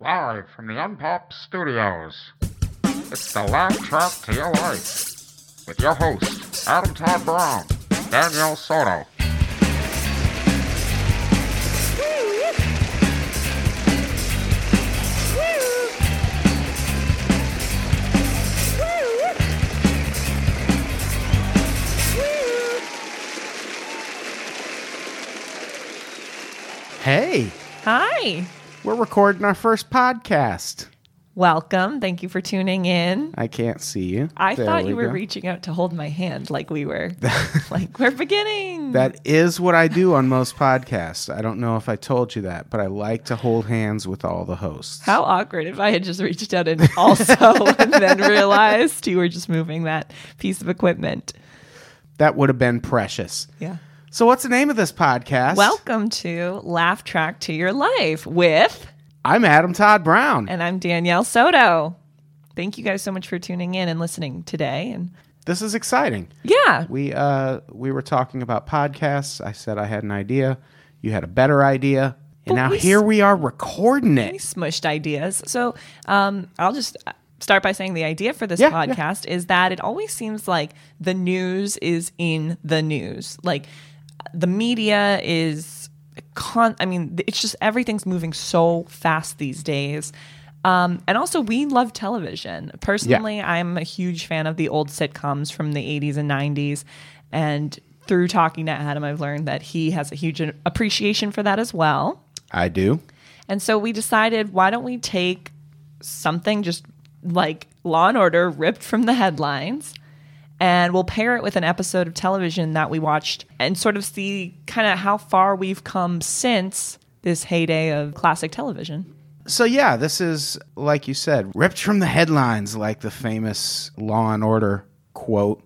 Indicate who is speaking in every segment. Speaker 1: live from the Unpop Studios. It's the laugh track to your life with your host, Adam Todd Brown, Daniel Soto.
Speaker 2: Hey,
Speaker 3: Hi.
Speaker 2: we're recording our first podcast.
Speaker 3: Welcome. Thank you for tuning in.
Speaker 2: I can't see you.
Speaker 3: I
Speaker 2: There
Speaker 3: thought you
Speaker 2: we
Speaker 3: were
Speaker 2: go.
Speaker 3: reaching out to hold my hand like we were. like we're beginning.
Speaker 2: That is what I do on most podcasts. I don't know if I told you that, but I like to hold hands with all the hosts.
Speaker 3: How awkward if I had just reached out and also and then realized you were just moving that piece of equipment.
Speaker 2: That would have been precious.
Speaker 3: Yeah.
Speaker 2: So, what's the name of this podcast?
Speaker 3: Welcome to Laugh Track to Your Life with
Speaker 2: I'm Adam Todd Brown.
Speaker 3: and I'm Danielle Soto. Thank you guys so much for tuning in and listening today and
Speaker 2: This is exciting.
Speaker 3: yeah,
Speaker 2: We uh we were talking about podcasts. I said I had an idea. You had a better idea. And
Speaker 3: But
Speaker 2: now
Speaker 3: we
Speaker 2: here we are recording
Speaker 3: we
Speaker 2: it.
Speaker 3: smushed ideas. So um, I'll just uh, start by saying the idea for this
Speaker 2: Yeah, yeah.
Speaker 3: podcast is that it always seems like the news is in the news. Like the media is con. I mean, it's just everything's moving so fast these days. Um, and also, we love television. Personally, I'm a huge fan of the old sitcoms from the 80s and 90s. And through talking to Adam, I've learned that he has a huge appreciation for that as well.
Speaker 2: I do.
Speaker 3: And so we decided, why don't we take something just like Law and Order ripped from the headlines and we'll pair it with an episode of television that we watched and sort of see kind of how far we've come since this heyday of classic television.
Speaker 2: So yeah, this is like you said, ripped from the headlines, like the famous Law and Order quote.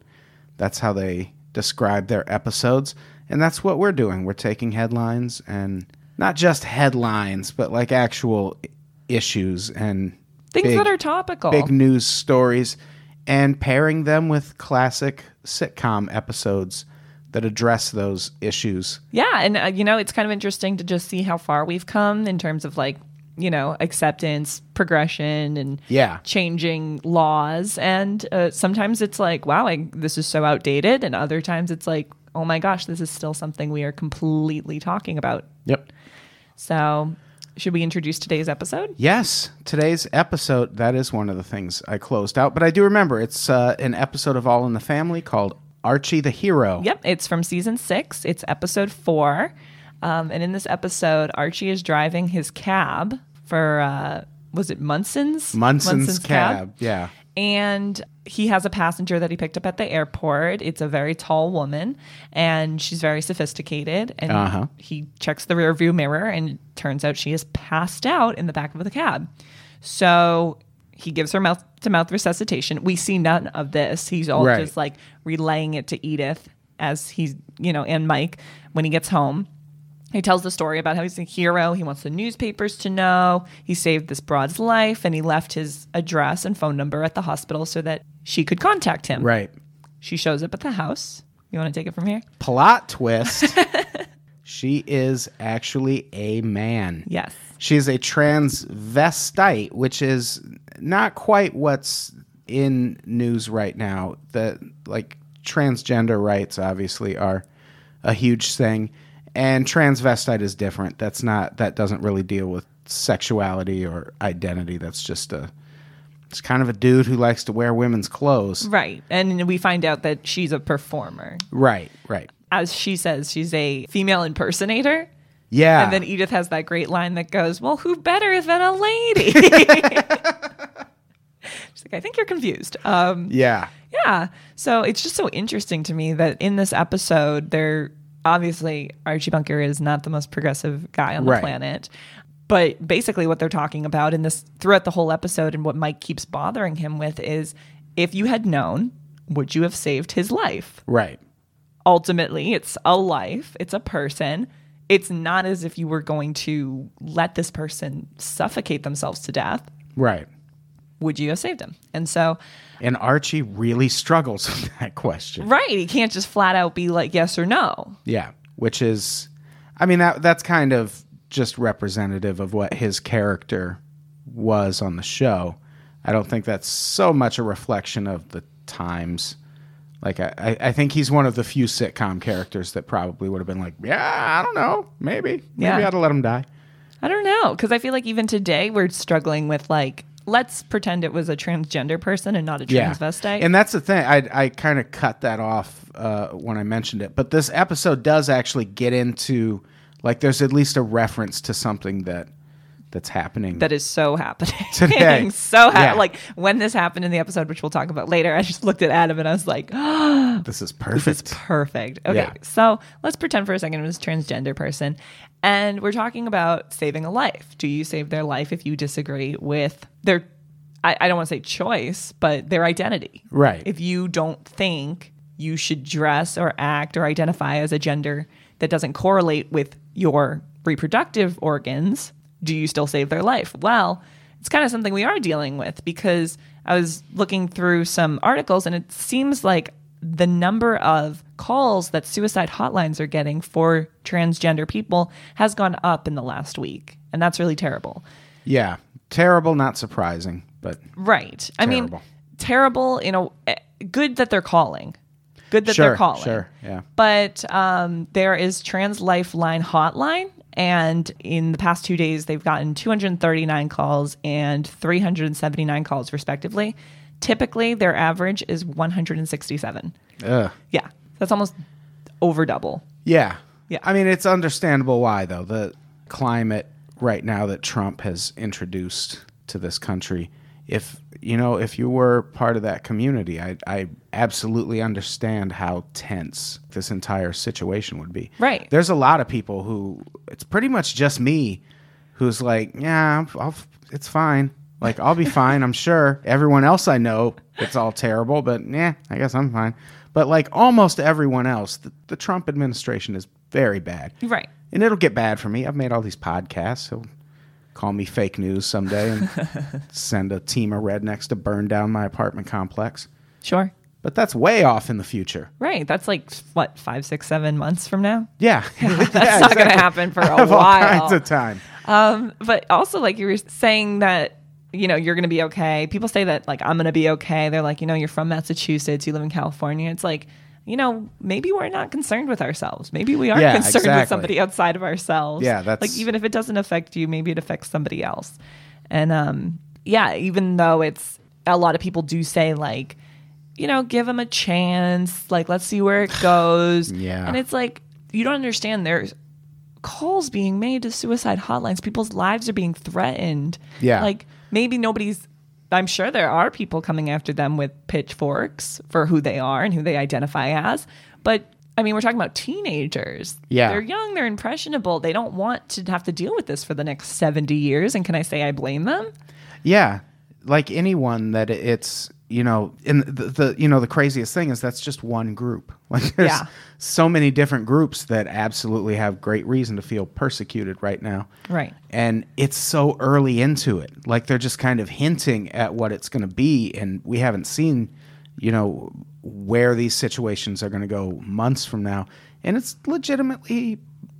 Speaker 2: That's how they describe their episodes, and that's what we're doing. We're taking headlines and not just headlines, but like actual i- issues and
Speaker 3: Things
Speaker 2: big,
Speaker 3: that are topical.
Speaker 2: big news stories, and pairing them with classic sitcom episodes that address those issues.
Speaker 3: Yeah, and uh, you know, it's kind of interesting to just see how far we've come in terms of like, you know, acceptance, progression, and
Speaker 2: Yeah.
Speaker 3: changing laws. And uh, sometimes it's like, wow, I, this is so outdated, and other times it's like, oh my gosh, this is still something we are completely talking about.
Speaker 2: Yep.
Speaker 3: So, should we introduce today's episode?
Speaker 2: Yes, today's episode, that is one of the things I closed out. But I do remember it's uh, an episode of All in the Family called Archie the Hero.
Speaker 3: Yep, it's from season six. It's episode four. Um, and in this episode, Archie is driving his cab for, uh, was it Munson's?
Speaker 2: Munson's, cab. Yeah.
Speaker 3: and he has a passenger that he picked up at the airport. It's a very tall woman, and she's very sophisticated. And
Speaker 2: Uh-huh.
Speaker 3: he checks the rearview mirror, and it turns out she is passed out in the back of the cab. So he gives her mouth to mouth resuscitation. We see none of this. He's all
Speaker 2: Right.
Speaker 3: just like relaying it to Edith as he's, you know, and Mike when he gets home. He tells the story about how he's a hero. He wants the newspapers to know he saved this broad's life and he left his address and phone number at the hospital so that she could contact him.
Speaker 2: Right.
Speaker 3: She shows up at the house. You want to take it from here?
Speaker 2: Plot twist. she is actually a man.
Speaker 3: Yes.
Speaker 2: She is a transvestite, which is not quite what's in news right now. The like transgender rights obviously are a huge thing, and transvestite is different. That's not that doesn't really deal with sexuality or identity. That's just a it's kind of a dude who likes to wear women's clothes.
Speaker 3: Right. And we find out that she's a performer.
Speaker 2: Right, right.
Speaker 3: As she says, she's a female impersonator.
Speaker 2: Yeah.
Speaker 3: And then Edith has that great line that goes, Well, who better than a lady? She's like, I think you're confused. Um,
Speaker 2: yeah.
Speaker 3: Yeah. So it's just so interesting to me that in this episode, they're obviously Archie Bunker is not the most progressive guy on the
Speaker 2: Right.
Speaker 3: planet. But basically, what they're talking about in this throughout the whole episode and what Mike keeps bothering him with is if you had known, would you have saved his life?
Speaker 2: Right.
Speaker 3: Ultimately, it's a life, it's a person. It's not as if you were going to let this person suffocate themselves to death.
Speaker 2: Right.
Speaker 3: Would you have saved him? And so
Speaker 2: And Archie really struggles with that question.
Speaker 3: Right. He can't just flat out be like yes or no.
Speaker 2: Yeah, which is, I mean that that's kind of just representative of what his character was on the show. I don't think that's so much a reflection of the times. Like I, I I think he's one of the few sitcom characters that probably would have been like, yeah, I don't know, maybe, maybe
Speaker 3: Yeah.
Speaker 2: I'd have let him die.
Speaker 3: I don't know because I feel like even today we're struggling with like let's pretend it was a transgender person and not a transvestite.
Speaker 2: And that's the thing. I, I kind of cut that off uh, when I mentioned it. But this episode does actually get into like there's at least a reference to something that that's happening.
Speaker 3: that is so happening
Speaker 2: Today.
Speaker 3: so ha-
Speaker 2: Yeah.
Speaker 3: like when this happened in the episode, which we'll talk about later. I just looked at Adam and I was like,
Speaker 2: this
Speaker 3: This
Speaker 2: is perfect.
Speaker 3: is perfect. Okay,
Speaker 2: Yeah.
Speaker 3: so let's pretend for a second it was a transgender person, and we're talking about saving a life. Do you save their life if you disagree with their? I, I don't want to say choice, but their identity.
Speaker 2: Right.
Speaker 3: If you don't think you should dress or act or identify as a gender that doesn't correlate with your reproductive organs, do you still save their life? Well, it's kind of something we are dealing with because I was looking through some articles and it seems like the number of calls that suicide hotlines are getting for transgender people has gone up in the last week. And that's really terrible.
Speaker 2: yeah. Terrible, not surprising, but
Speaker 3: Right. I mean,
Speaker 2: Terrible.
Speaker 3: terrible. You know, eh, good that they're calling. Good that
Speaker 2: sure,
Speaker 3: they're calling.
Speaker 2: sure, yeah.
Speaker 3: But um, there is Trans Lifeline Hotline, and in the past two days, they've gotten 239 calls and 379 calls, respectively. Typically, their average is 167.
Speaker 2: Ugh.
Speaker 3: Yeah, that's almost over double.
Speaker 2: Yeah.
Speaker 3: Yeah.
Speaker 2: I mean, it's understandable why, though. The climate right now that Trump has introduced to this country. If you know, if you were part of that community, I, I absolutely understand how tense this entire situation would be.
Speaker 3: Right.
Speaker 2: There's a lot of people who it's pretty much just me, who's like, yeah, I'm- I'll, f- it's fine. Like I'll be fine, I'm sure. Everyone else I know, it's all terrible, but yeah, I guess I'm fine. But like almost everyone else, the, the Trump administration is very bad.
Speaker 3: Right.
Speaker 2: And it'll get bad for me. I've made all these podcasts. He'll call me fake news someday and send a team of rednecks to burn down my apartment complex.
Speaker 3: Sure.
Speaker 2: But that's way off in the future.
Speaker 3: Right. That's like what five, six, seven months from now.
Speaker 2: Yeah. That's
Speaker 3: That's not going to happen for a
Speaker 2: I have all
Speaker 3: while.
Speaker 2: kinds of time.
Speaker 3: Um, but also like you were saying that you know you're gonna be okay people say that like i'm gonna be okay they're like you know you're from massachusetts you live in california it's like you know maybe we're not concerned with ourselves maybe we are
Speaker 2: Yeah,
Speaker 3: concerned
Speaker 2: exactly.
Speaker 3: with somebody outside of ourselves
Speaker 2: Yeah, that's-
Speaker 3: like even if it doesn't affect you maybe it affects somebody else and um yeah even though it's a lot of people do say like you know give them a chance like let's see where it goes
Speaker 2: Yeah.
Speaker 3: and it's like you don't understand there's calls being made to suicide hotlines. People's lives are being threatened.
Speaker 2: Yeah.
Speaker 3: Like maybe nobody's I'm sure there are people coming after them with pitchforks for who they are and who they identify as. But I mean, we're talking about teenagers.
Speaker 2: Yeah.
Speaker 3: They're young, they're impressionable. They don't want to have to deal with this for the next 70 years. And can I say I blame them?
Speaker 2: Yeah, like anyone that it's you know, and the, the you know the craziest thing is that's just one group. Like there's
Speaker 3: Yeah.
Speaker 2: so many different groups that absolutely have great reason to feel persecuted right now.
Speaker 3: Right.
Speaker 2: And it's so early into it. Like they're just kind of hinting at what it's going to be and we haven't seen, you know, where these situations are going to go months from now. And it's legitimately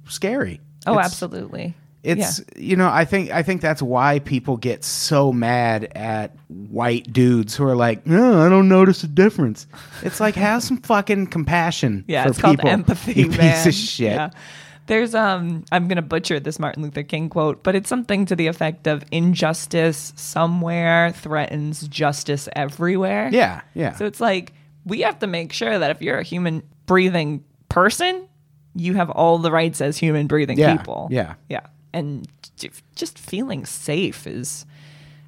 Speaker 2: scary.
Speaker 3: Oh,
Speaker 2: It's-
Speaker 3: absolutely.
Speaker 2: it's
Speaker 3: Yeah.
Speaker 2: you know i think i think that's why people get so mad at white dudes who are like no i don't notice a difference it's like have some fucking compassion
Speaker 3: Yeah,
Speaker 2: for
Speaker 3: it's
Speaker 2: people
Speaker 3: called empathy,
Speaker 2: you
Speaker 3: man.
Speaker 2: piece of shit
Speaker 3: Yeah. There's um I'm going to butcher this Martin Luther King quote, but it's something to the effect of injustice somewhere threatens justice everywhere.
Speaker 2: yeah yeah
Speaker 3: So it's like we have to make sure that if you're a human breathing person, you have all the rights as human breathing
Speaker 2: Yeah,
Speaker 3: people.
Speaker 2: yeah.
Speaker 3: Yeah. And j- just feeling safe is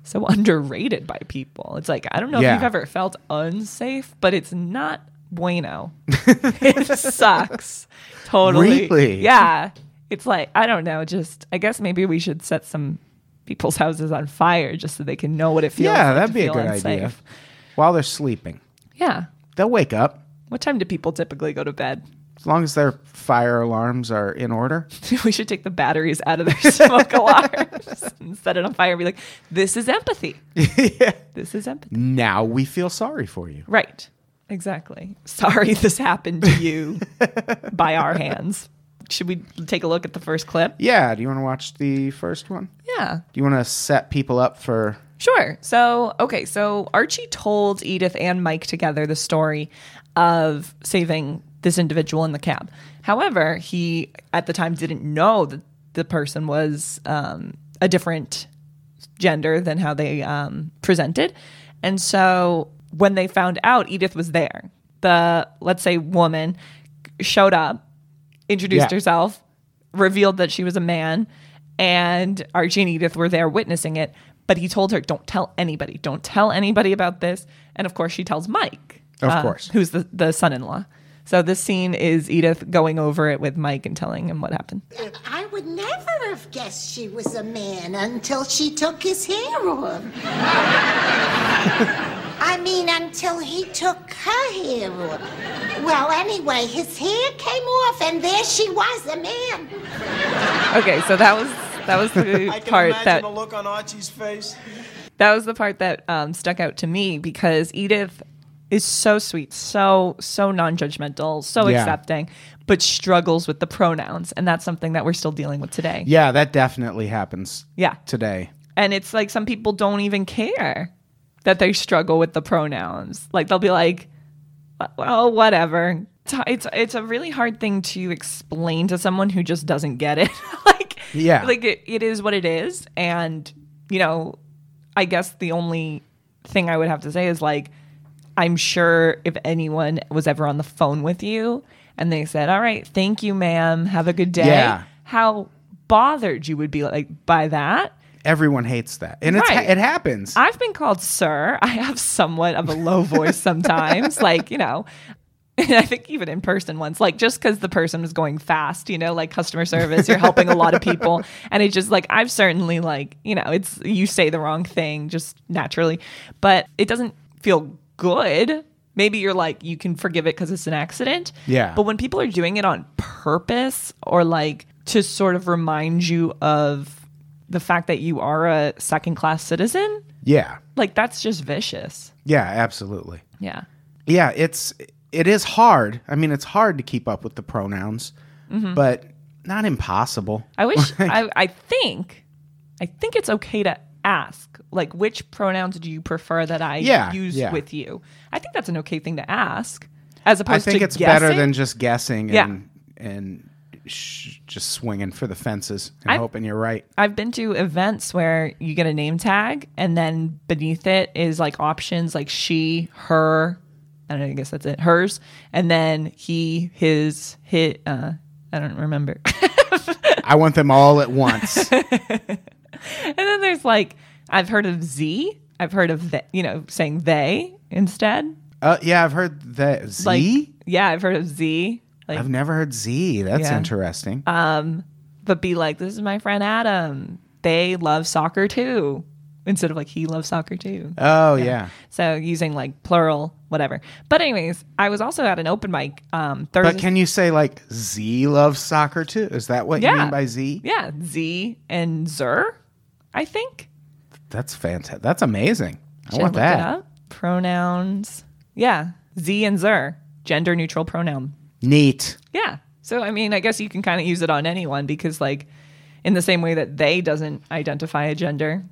Speaker 3: so underrated by people. It's like I don't know
Speaker 2: Yeah.
Speaker 3: if you've ever felt unsafe, but it's not bueno. it sucks. Totally.
Speaker 2: Really?
Speaker 3: Yeah. It's like I don't know, just I guess maybe we should set some people's houses on fire just so they can know what it feels
Speaker 2: yeah
Speaker 3: like
Speaker 2: that'd
Speaker 3: to
Speaker 2: be a
Speaker 3: feel
Speaker 2: good idea
Speaker 3: unsafe.
Speaker 2: while they're sleeping
Speaker 3: Yeah.
Speaker 2: they'll wake up
Speaker 3: What time do people typically go to bed?
Speaker 2: as long as their fire alarms are in order
Speaker 3: we should take the batteries out of their smoke alarms and set it on fire and be like, this is empathy. This is empathy.
Speaker 2: now we feel sorry for you
Speaker 3: Right. Exactly. Sorry this happened to you by our hands. Should we take a look at the first clip?
Speaker 2: Yeah. Do you want to watch the first one?
Speaker 3: Yeah.
Speaker 2: Do you want to set people up for?
Speaker 3: Sure. So, okay. So, Archie told Edith and Mike together the story of saving this individual in the cab. However, he at the time didn't know that the person was um, a different gender than how they um, presented. And so, when they found out Edith was there, the let's say woman showed up, introduced
Speaker 2: Yeah.
Speaker 3: herself, revealed that she was a man, and Archie and Edith were there witnessing it. But he told her, "Don't tell anybody. Don't tell anybody about this." And of course, she tells Mike, uh,
Speaker 2: Of course.
Speaker 3: who's the, the son-in-law. So this scene is Edith going over it with Mike and telling him what happened.
Speaker 4: I would never have guessed she was a man until she took his hair off. I mean, until he took her hair off. Well, anyway, his hair came off, and there she was, a man.
Speaker 3: Okay, so that was that was the
Speaker 5: I can
Speaker 3: part
Speaker 5: imagine
Speaker 3: that
Speaker 5: the look on Archie's face.
Speaker 3: that was the part that um, stuck out to me because Edith is so sweet, so so non-judgmental, so
Speaker 2: Yeah.
Speaker 3: accepting, but struggles with the pronouns, and that's something that we're still dealing with today.
Speaker 2: Yeah, that definitely happens.
Speaker 3: Yeah.
Speaker 2: Today.
Speaker 3: And it's like some people don't even care that they struggle with the pronouns. Like they'll be like, "Well, whatever." It's it's, it's a really hard thing to explain to someone who just doesn't get it. like
Speaker 2: Yeah.
Speaker 3: like it, it is what it is, and you know, I guess the only thing I would have to say is like, I'm sure if anyone was ever on the phone with you and they said, "All right, thank you, ma'am. Have a good day."
Speaker 2: Yeah.
Speaker 3: How bothered you would be like by that.
Speaker 2: Everyone hates that, and it's
Speaker 3: Right.
Speaker 2: it happens.
Speaker 3: I've been called sir. I have somewhat of a low voice sometimes, like, you know, and I think even in person once, like just because the person is going fast, you know, like customer service, you're helping a lot of people. And it's just like, I've certainly, like, you know, it's you say the wrong thing just naturally, but it doesn't feel good. Maybe you're like, you can forgive it because it's an accident.
Speaker 2: Yeah.
Speaker 3: But when people are doing it on purpose or like to sort of remind you of the fact that you are a second class citizen,
Speaker 2: yeah.
Speaker 3: like that's just vicious.
Speaker 2: Yeah. Absolutely.
Speaker 3: Yeah.
Speaker 2: yeah it's it is hard i mean it's hard to keep up with the pronouns
Speaker 3: Mm-hmm.
Speaker 2: but not impossible
Speaker 3: I wish I, I think I think it's okay to ask like which pronouns do you prefer that I
Speaker 2: Yeah,
Speaker 3: use
Speaker 2: yeah.
Speaker 3: with you? I think that's an okay thing to ask as
Speaker 2: i
Speaker 3: opposed to
Speaker 2: think it's better
Speaker 3: guessing.
Speaker 2: than just guessing
Speaker 3: Yeah.
Speaker 2: and and sh- just swinging for the fences and
Speaker 3: I've-
Speaker 2: hoping you're right
Speaker 3: I've been to events where you get a name tag and then beneath it is like options like she, her, I don't know, I guess that's it, hers, and then he, his, hit uh I don't remember.
Speaker 2: i want them all at once
Speaker 3: And then there's like I've heard of Z. I've heard of the, you know saying they instead.
Speaker 2: uh, yeah i've heard that z
Speaker 3: Like yeah, I've heard of Z. Like
Speaker 2: have never heard z that's
Speaker 3: Yeah. Uh,
Speaker 2: interesting
Speaker 3: but be like this is my friend Adam. They love soccer too. Instead of like he loves soccer too.
Speaker 2: oh yeah
Speaker 3: So using like plural whatever. But anyways, I was also at an open mic um Thursday.
Speaker 2: but can you say like z loves soccer too is that what you
Speaker 3: Yeah.
Speaker 2: mean by z
Speaker 3: yeah, Z and Zer, I think.
Speaker 2: that's fantastic that's amazing i
Speaker 3: Should
Speaker 2: want
Speaker 3: look it
Speaker 2: that
Speaker 3: up? Pronouns. Yeah, Z and Zer, gender neutral pronoun.
Speaker 2: neat
Speaker 3: Yeah. So I mean, I guess you can kind of use it on anyone because like in the same way that they doesn't identify a gender,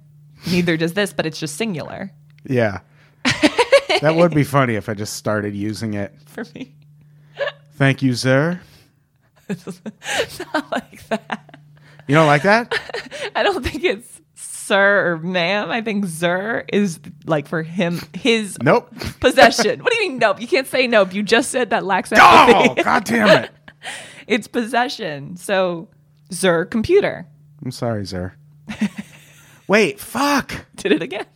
Speaker 3: neither does this, but it's just singular
Speaker 2: Yeah. that would be funny if I just started using it.
Speaker 3: for me.
Speaker 2: Thank you, sir.
Speaker 3: Not like that.
Speaker 2: You don't like that?
Speaker 3: I don't think it's sir or ma'am. I think zer is like for him his
Speaker 2: Nope.
Speaker 3: possession. What do you mean nope? You can't say nope. You just said that lacks empathy.
Speaker 2: Oh, god damn it.
Speaker 3: It's possession. So zer computer.
Speaker 2: I'm sorry, sir. Wait, fuck.
Speaker 3: Did it again.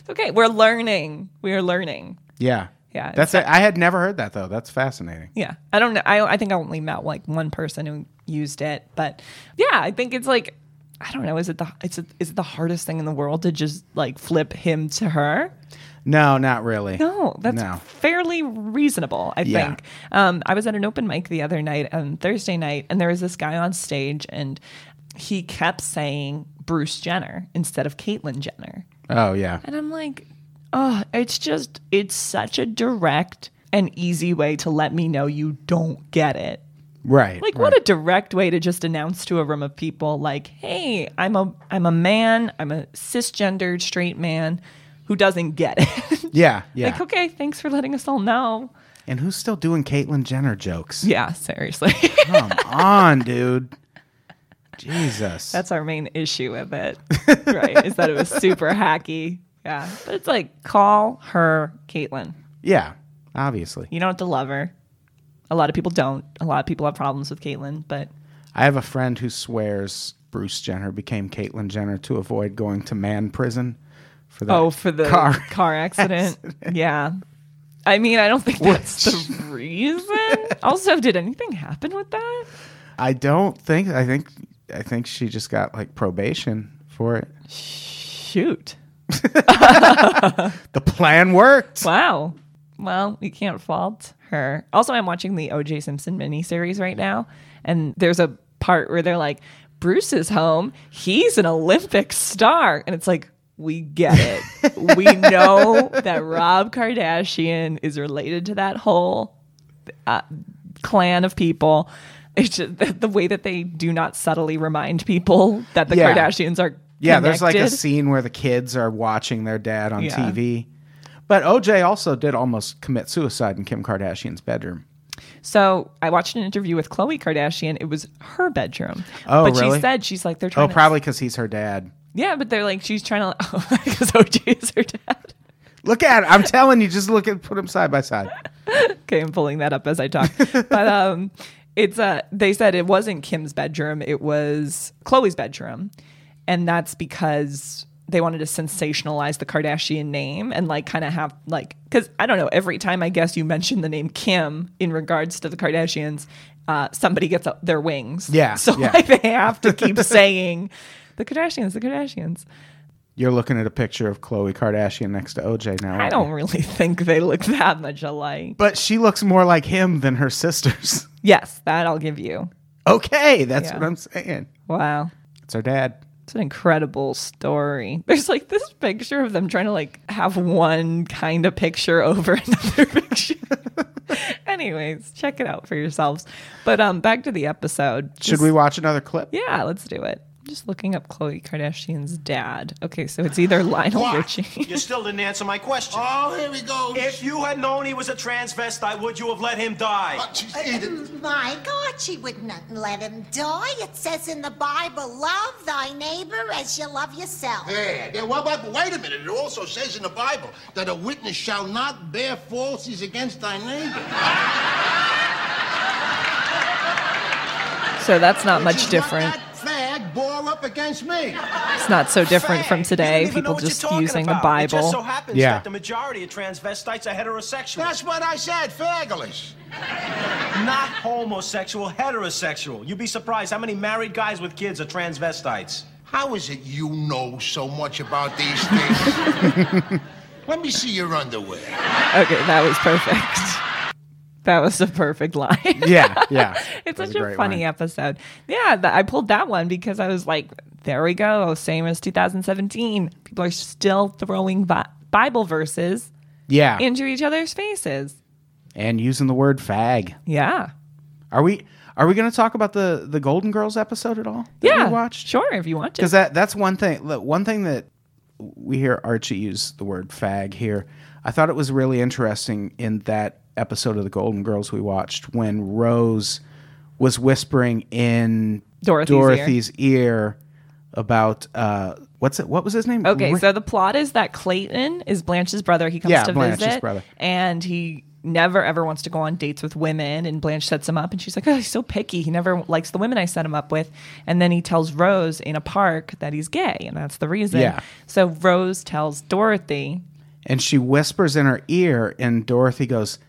Speaker 3: It's okay. We're learning. We are learning.
Speaker 2: Yeah.
Speaker 3: Yeah,
Speaker 2: That's it. I had never heard that though. That's fascinating.
Speaker 3: Yeah, I don't know. I I think I only met like one person who used it, but yeah, I think it's like I don't know. Is it the it's a, is it the hardest thing in the world to just like flip him to her?
Speaker 2: No, not really.
Speaker 3: No, that's
Speaker 2: No.
Speaker 3: fairly reasonable. I
Speaker 2: Yeah.
Speaker 3: think. Um, I was at an open mic the other night on Thursday night, and there was this guy on stage, and he kept saying Bruce Jenner instead of Caitlyn Jenner.
Speaker 2: Oh yeah.
Speaker 3: And I'm like, oh, it's just, it's such a direct and easy way to let me know you don't get it.
Speaker 2: Right.
Speaker 3: Like
Speaker 2: right.
Speaker 3: what a direct way to just announce to a room of people like, "Hey, I'm a I'm a man, I'm a cisgendered straight man who doesn't get it."
Speaker 2: yeah. Yeah.
Speaker 3: Like, okay, thanks for letting us all know.
Speaker 2: And who's still doing Caitlyn Jenner jokes?
Speaker 3: Yeah, seriously.
Speaker 2: Come on, dude. Jesus.
Speaker 3: That's our main issue with it. right. Is that it was super hacky. Yeah. But it's like call her Caitlyn.
Speaker 2: yeah. Obviously.
Speaker 3: You don't have to love her. A lot of people don't. A lot of people have problems with Caitlyn, but
Speaker 2: I have a friend who swears Bruce Jenner became Caitlyn Jenner to avoid going to man prison for that.
Speaker 3: Oh, for the
Speaker 2: car.
Speaker 3: car, accident. Yeah. I mean, I don't think that's the reason. also, did anything happen with that?
Speaker 2: I don't think. I think. I think she just got like probation for it.
Speaker 3: Shoot.
Speaker 2: The plan worked.
Speaker 3: Wow. Well, you can't fault her. Also, I'm watching the OJ Simpson miniseries right now, and there's a part where they're like, Bruce is home. He's an Olympic star. And it's like, we get it. we know that Rob Kardashian is related to that whole uh, clan of people. It's just the, the way that they do not subtly remind people that the
Speaker 2: Yeah.
Speaker 3: Kardashians are.
Speaker 2: Yeah, there's like a
Speaker 3: connected.
Speaker 2: scene where the kids are watching their dad on
Speaker 3: Yeah.
Speaker 2: TV. But OJ also did almost commit suicide in Kim Kardashian's bedroom.
Speaker 3: So I watched an interview with Khloe Kardashian. It was her bedroom.
Speaker 2: Oh,
Speaker 3: but
Speaker 2: really?
Speaker 3: she said she's like they're trying.
Speaker 2: Oh,
Speaker 3: to,
Speaker 2: probably because he's her dad.
Speaker 3: Yeah, but they're like she's trying to because OJ is her dad.
Speaker 2: Look at it. I'm telling you, just look at put them side by side.
Speaker 3: Okay, I'm pulling that up as I talk. but um, it's uh, they said it wasn't Kim's bedroom. It was Chloe's bedroom, and that's because they wanted to sensationalize the Kardashian name and like kind of have like because I don't know every time I guess you mention the name Kim in regards to the Kardashians, uh, somebody gets up their wings.
Speaker 2: Yeah,
Speaker 3: so
Speaker 2: yeah.
Speaker 3: like they have to keep saying the Kardashians, the Kardashians.
Speaker 2: You're looking at a picture of Khloe Kardashian next to OJ now.
Speaker 3: I
Speaker 2: aren't you?
Speaker 3: don't really think they look that much alike.
Speaker 2: But she looks more like him than her sisters.
Speaker 3: Yes, that I'll give you.
Speaker 2: okay, that's
Speaker 3: Yeah.
Speaker 2: what I'm saying.
Speaker 3: Wow.
Speaker 2: It's her dad.
Speaker 3: It's an incredible story. There's like this picture of them trying to like have one kind of picture over another picture. Anyways, check it out for yourselves. But um back to the episode.
Speaker 2: Should we watch another clip?
Speaker 3: Yeah, let's do it. I'm just looking up Khloe Kardashian's dad. Okay, so it's either Lionel Richie.
Speaker 5: You still didn't answer my question.
Speaker 6: Oh, here we go.
Speaker 5: If you had known he was a transvestite, would you have let him die?
Speaker 6: Oh, she's Edith.
Speaker 4: My God, she would not let him die. It says in the Bible, love thy neighbor as you love yourself.
Speaker 6: There, there. Well, but wait a minute. It also says in the Bible that a witness shall not bear falsies against thy neighbor.
Speaker 3: So that's not
Speaker 6: Which
Speaker 3: much
Speaker 6: is
Speaker 3: different.
Speaker 6: What that fag bore up against me.
Speaker 3: It's not so different from
Speaker 5: Fag. You don't
Speaker 3: today.
Speaker 5: even know
Speaker 3: People
Speaker 5: what you're
Speaker 3: just
Speaker 5: talking
Speaker 3: using the
Speaker 5: about. It
Speaker 3: Bible.
Speaker 5: just so happens
Speaker 2: Yeah.
Speaker 5: that the majority of transvestites are heterosexual,
Speaker 6: That's what I said, fagulous.
Speaker 5: not homosexual, heterosexual. You'd be surprised how many married guys with kids are transvestites.
Speaker 6: How is it you know so much about these things? Let me see your underwear.
Speaker 3: Okay, that was perfect. That was the perfect line.
Speaker 2: Yeah, yeah.
Speaker 3: it's
Speaker 2: That was
Speaker 3: such a
Speaker 2: great
Speaker 3: funny
Speaker 2: line.
Speaker 3: episode. Yeah, th- I pulled that one because I was like, there we go. Same as 2017. People are still throwing bi- Bible verses
Speaker 2: Yeah.
Speaker 3: into each other's faces.
Speaker 2: and using the word fag.
Speaker 3: Yeah.
Speaker 2: Are we are we going to talk about the the Golden Girls episode at all? that
Speaker 3: yeah.
Speaker 2: we watched.
Speaker 3: Sure, if you want to.
Speaker 2: because that that's one thing. Look, one thing that we hear Archie use the word fag here. I thought it was really interesting in that episode of the Golden Girls we watched when Rose was whispering in
Speaker 3: Dorothy's ear.
Speaker 2: Dorothy's ear, about uh, what's it? What was his name?
Speaker 3: Okay,
Speaker 2: Ri-
Speaker 3: so the plot is that Clayton is Blanche's brother. He comes
Speaker 2: Yeah,
Speaker 3: to
Speaker 2: Blanche's
Speaker 3: visit,
Speaker 2: brother.
Speaker 3: and he never ever wants to go on dates with women. And Blanche sets him up, and she's like, "Oh, he's so picky. He never likes the women I set him up with." And then he tells Rose in a park that he's gay, and that's the reason.
Speaker 2: Yeah.
Speaker 3: So Rose tells Dorothy,
Speaker 2: and she whispers in her ear, and Dorothy goes,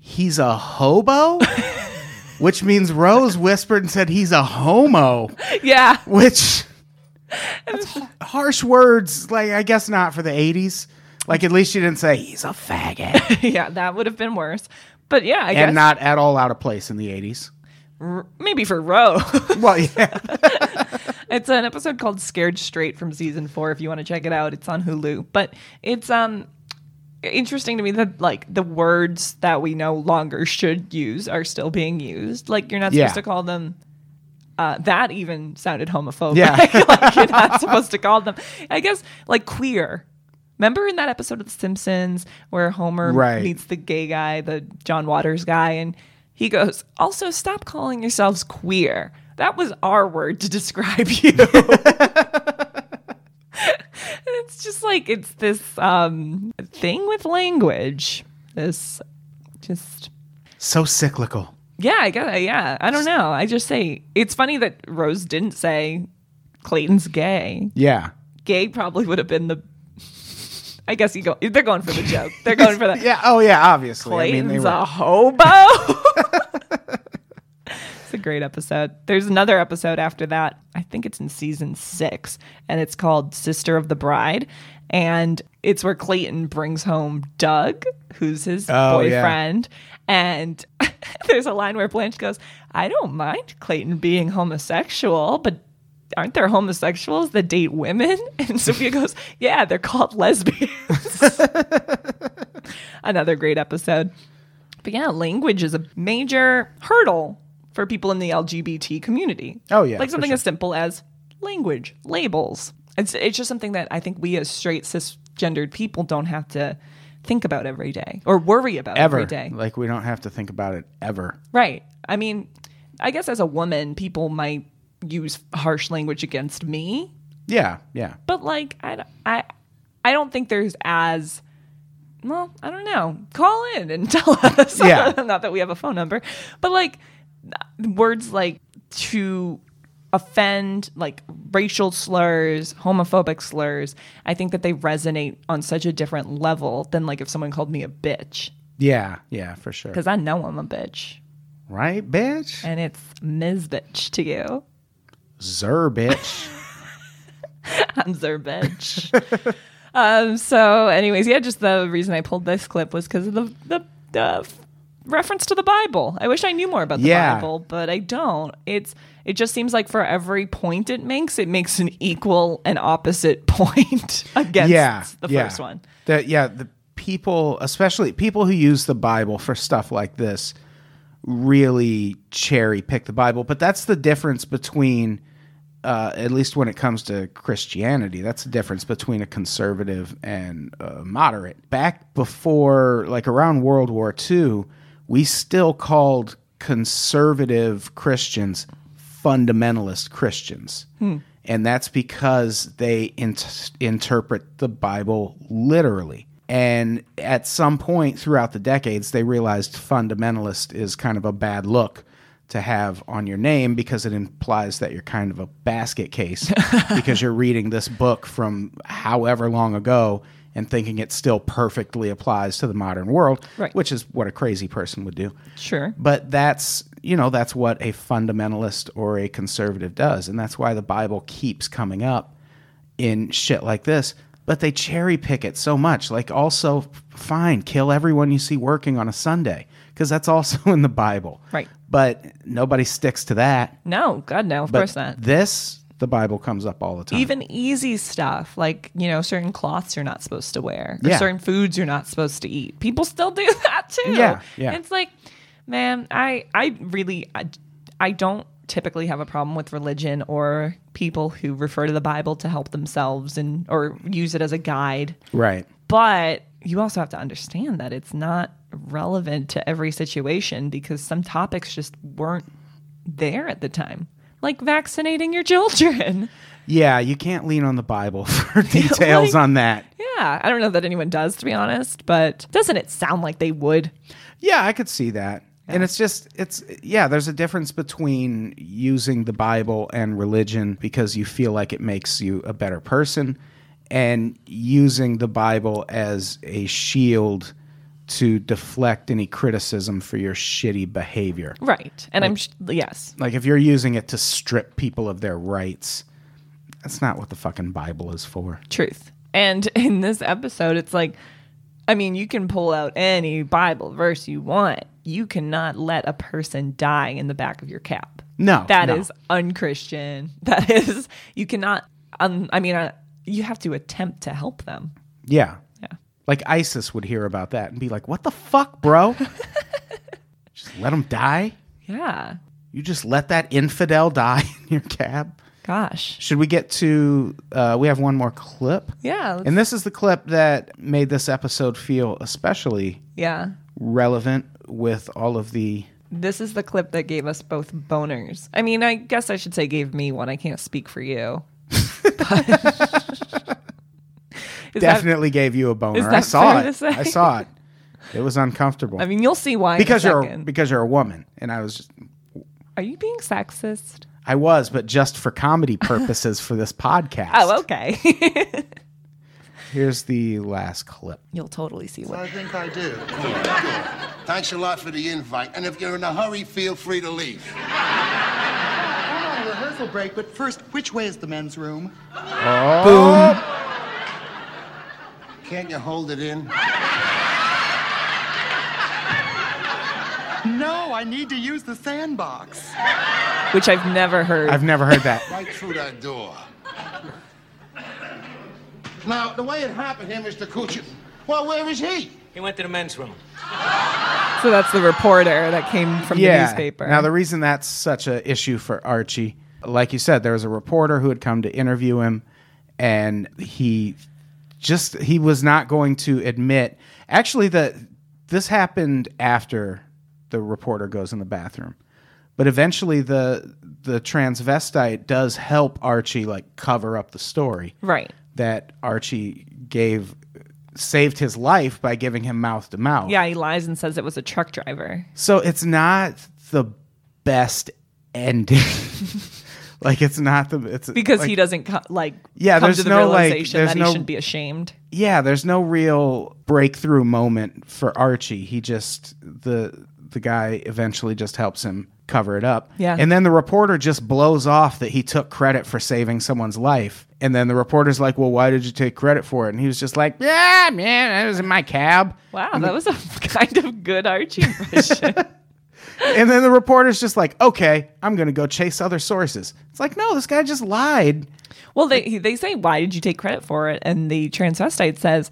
Speaker 2: "He's a hobo," which means Rose whispered and said, "He's a homo."
Speaker 3: "Yeah,
Speaker 2: which that's harsh words like i guess not for the 80s like at least she didn't say he's a faggot
Speaker 3: yeah, that would have been worse." But yeah, I guess
Speaker 2: and not at all out of place in the 80s
Speaker 3: maybe for Rose.
Speaker 2: well yeah
Speaker 3: It's an episode called Scared Straight from season four. If you want to check it out, it's on Hulu. But it's um, interesting to me that like the words that we no longer should use are still being used. Like you're not supposed
Speaker 2: Yeah.
Speaker 3: to call them. Uh, that even sounded homophobic.
Speaker 2: Yeah.
Speaker 3: like you're not supposed to call them. I guess like queer. Remember in that episode of The Simpsons where Homer
Speaker 2: Right.
Speaker 3: meets the gay guy, the John Waters guy, and he goes, "Also, stop calling yourselves queer. That was our word to describe you." it's just like it's this um thing with language this just
Speaker 2: So cyclical.
Speaker 3: yeah i gotta yeah i don't know i just say it's funny that rose didn't say clayton's gay
Speaker 2: Yeah.
Speaker 3: gay probably would have been the i guess you go they're going for the joke they're going for the
Speaker 2: Yeah. Oh, yeah. Obviously. I mean,
Speaker 3: clayton's
Speaker 2: they
Speaker 3: a
Speaker 2: were,
Speaker 3: hobo it's a great episode there's another episode after that i think it's in season six and it's called sister of the bride and it's where clayton brings home doug who's his
Speaker 2: Oh, yeah.
Speaker 3: boyfriend and there's a line where blanche goes i don't mind clayton being homosexual but aren't there homosexuals that date women and sophia goes yeah they're called lesbians another great episode but yeah, language is a major hurdle for people in the LGBT community.
Speaker 2: Oh, yeah,
Speaker 3: like
Speaker 2: for
Speaker 3: something
Speaker 2: sure.
Speaker 3: as simple as language labels. It's it's just something that I think we as straight cisgendered people don't have to think about every day or worry about
Speaker 2: ever.
Speaker 3: every day.
Speaker 2: Like, we don't have to think about it ever.
Speaker 3: Right. I mean, I guess as a woman, people might use harsh language against me,
Speaker 2: Yeah. Yeah.
Speaker 3: but like I don't- I I don't think there's as well, I don't know. Call in and tell us.
Speaker 2: Yeah.
Speaker 3: Not that we have a phone number, but like words like to offend, like racial slurs, homophobic slurs, I think that they resonate on such a different level than like if someone called me a bitch
Speaker 2: Yeah. Yeah. For sure.
Speaker 3: because I know I'm a bitch
Speaker 2: Right, bitch?
Speaker 3: and it's Ms. Bitch to you.
Speaker 2: Zer, bitch.
Speaker 3: on their bench. um, so, anyways, yeah, just the reason I pulled this clip was because of the the, the f- reference to the Bible. I wish I knew more about the
Speaker 2: Yeah.
Speaker 3: Bible, but I don't. It's it just seems like for every point it makes, it makes an equal and opposite point against
Speaker 2: yeah.
Speaker 3: the
Speaker 2: yeah.
Speaker 3: first one.
Speaker 2: The, yeah. The people, especially people who use the Bible for stuff like this, really cherry pick the Bible. But that's the difference between, uh, at least when it comes to Christianity, that's the difference between a conservative and a moderate. Back before, like around World War II, we still called conservative Christians fundamentalist Christians. And that's because they int- interpret the Bible literally. And at some point throughout the decades, they realized fundamentalist is kind of a bad look to have on your name because it implies that you're kind of a basket case because you're reading this book from however long ago and thinking it still perfectly applies to the modern world,
Speaker 3: Right.
Speaker 2: which is what a crazy person would do.
Speaker 3: Sure.
Speaker 2: But that's you know that's what a fundamentalist or a conservative does, and that's why the Bible keeps coming up in shit like this. But they cherry pick it so much. Like also, fine, kill everyone you see working on a Sunday because that's also in the Bible.
Speaker 3: Right.
Speaker 2: But nobody sticks to that.
Speaker 3: No, God, no, of
Speaker 2: But
Speaker 3: course not.
Speaker 2: This the Bible comes up all the time.
Speaker 3: even easy stuff like you know certain cloths you're not supposed to wear or
Speaker 2: Yeah.
Speaker 3: certain foods you're not supposed to eat people still do that too
Speaker 2: Yeah, yeah.
Speaker 3: it's like man i i really I, I don't typically have a problem with religion or people who refer to the bible to help themselves and or use it as a guide
Speaker 2: right.
Speaker 3: but you also have to understand that it's not relevant to every situation because some topics just weren't there at the time like vaccinating your children
Speaker 2: Yeah, you can't lean on the Bible for details on that.
Speaker 3: Yeah, I don't know that anyone does, to be honest, but doesn't it sound like they would?
Speaker 2: Yeah, I could see that. And it's just it's yeah, there's a difference between using the Bible and religion because you feel like it makes you a better person and using the Bible as a shield to deflect any criticism for your shitty behavior.
Speaker 3: Right. And I'm, sh- yes.
Speaker 2: Like if you're using it to strip people of their rights, that's not what the fucking Bible is for.
Speaker 3: truth. And in this episode, it's like, I mean, you can pull out any Bible verse you want. You cannot let a person die in the back of your cap.
Speaker 2: No,
Speaker 3: that is
Speaker 2: no.
Speaker 3: unchristian. That is, you cannot. Um, I mean, uh, you have to attempt to help them.
Speaker 2: Yeah.
Speaker 3: Yeah.
Speaker 2: Like ISIS would hear about that and be like, "What the fuck, bro? just let him die?
Speaker 3: Yeah.
Speaker 2: You just let that infidel die in your cab?"
Speaker 3: Gosh.
Speaker 2: Should we get to? Uh, we have one more clip.
Speaker 3: Yeah. let's-
Speaker 2: And this is the clip that made this episode feel especially
Speaker 3: yeah.
Speaker 2: relevant with all of the.
Speaker 3: This is the clip that gave us both boners. I mean, I guess I should say gave me one. I can't speak for you. But- Is that-
Speaker 2: Definitely gave you a boner.
Speaker 3: that
Speaker 2: I saw
Speaker 3: fair to
Speaker 2: it.
Speaker 3: say?
Speaker 2: I saw it. It was uncomfortable.
Speaker 3: I mean, you'll see why. in a
Speaker 2: because you're a-
Speaker 3: second.
Speaker 2: because you're a woman, and I was just,
Speaker 3: Are you being sexist?
Speaker 2: I was, but just for comedy purposes for this podcast.
Speaker 3: Oh, okay.
Speaker 2: Here's the last clip.
Speaker 3: you'll totally see what.
Speaker 6: I think I do. Thanks a lot for the invite. And if you're in a hurry, feel free to leave.
Speaker 7: I'm on a rehearsal break, but first, which way is the men's room?
Speaker 6: Can't you hold it in?
Speaker 7: No, I need to use the sandbox.
Speaker 3: Which I've never heard.
Speaker 2: I've never heard that.
Speaker 6: Right through that door. Now, the way it happened here, Mr. Kuchin, well, where is he?
Speaker 8: He went to the men's room.
Speaker 3: so that's the reporter that came from the
Speaker 2: yeah.
Speaker 3: newspaper.
Speaker 2: Now the reason that's such a issue for Archie, like you said, there was a reporter who had come to interview him, and he just he was not going to admit. Actually, the this happened after the reporter goes in the bathroom, but eventually the the transvestite does help Archie like cover up the story.
Speaker 3: right.
Speaker 2: that Archie gave saved his life by giving him mouth to mouth.
Speaker 3: Yeah, he lies and says it was a truck driver.
Speaker 2: So it's not the best ending. like it's not the it's
Speaker 3: because
Speaker 2: like,
Speaker 3: he doesn't co- like
Speaker 2: Yeah,
Speaker 3: come
Speaker 2: there's
Speaker 3: to the
Speaker 2: no, like,
Speaker 3: realization
Speaker 2: there's
Speaker 3: that
Speaker 2: no-
Speaker 3: he should be ashamed.
Speaker 2: yeah, there's no real breakthrough moment for Archie. He just the the guy eventually just helps him cover it up.
Speaker 3: Yeah.
Speaker 2: And then the reporter just blows off that he took credit for saving someone's life. And then the reporter's like, "Well, why did you take credit for it?" And he was just like, "Yeah, man, it was in my cab."
Speaker 3: Wow, that was a kind of good Archie impression.
Speaker 2: And then the reporter's just like, okay, I'm going to go chase other sources. It's like, no, this guy just lied.
Speaker 3: well, they he- they say why did you take credit for it, and the transvestite says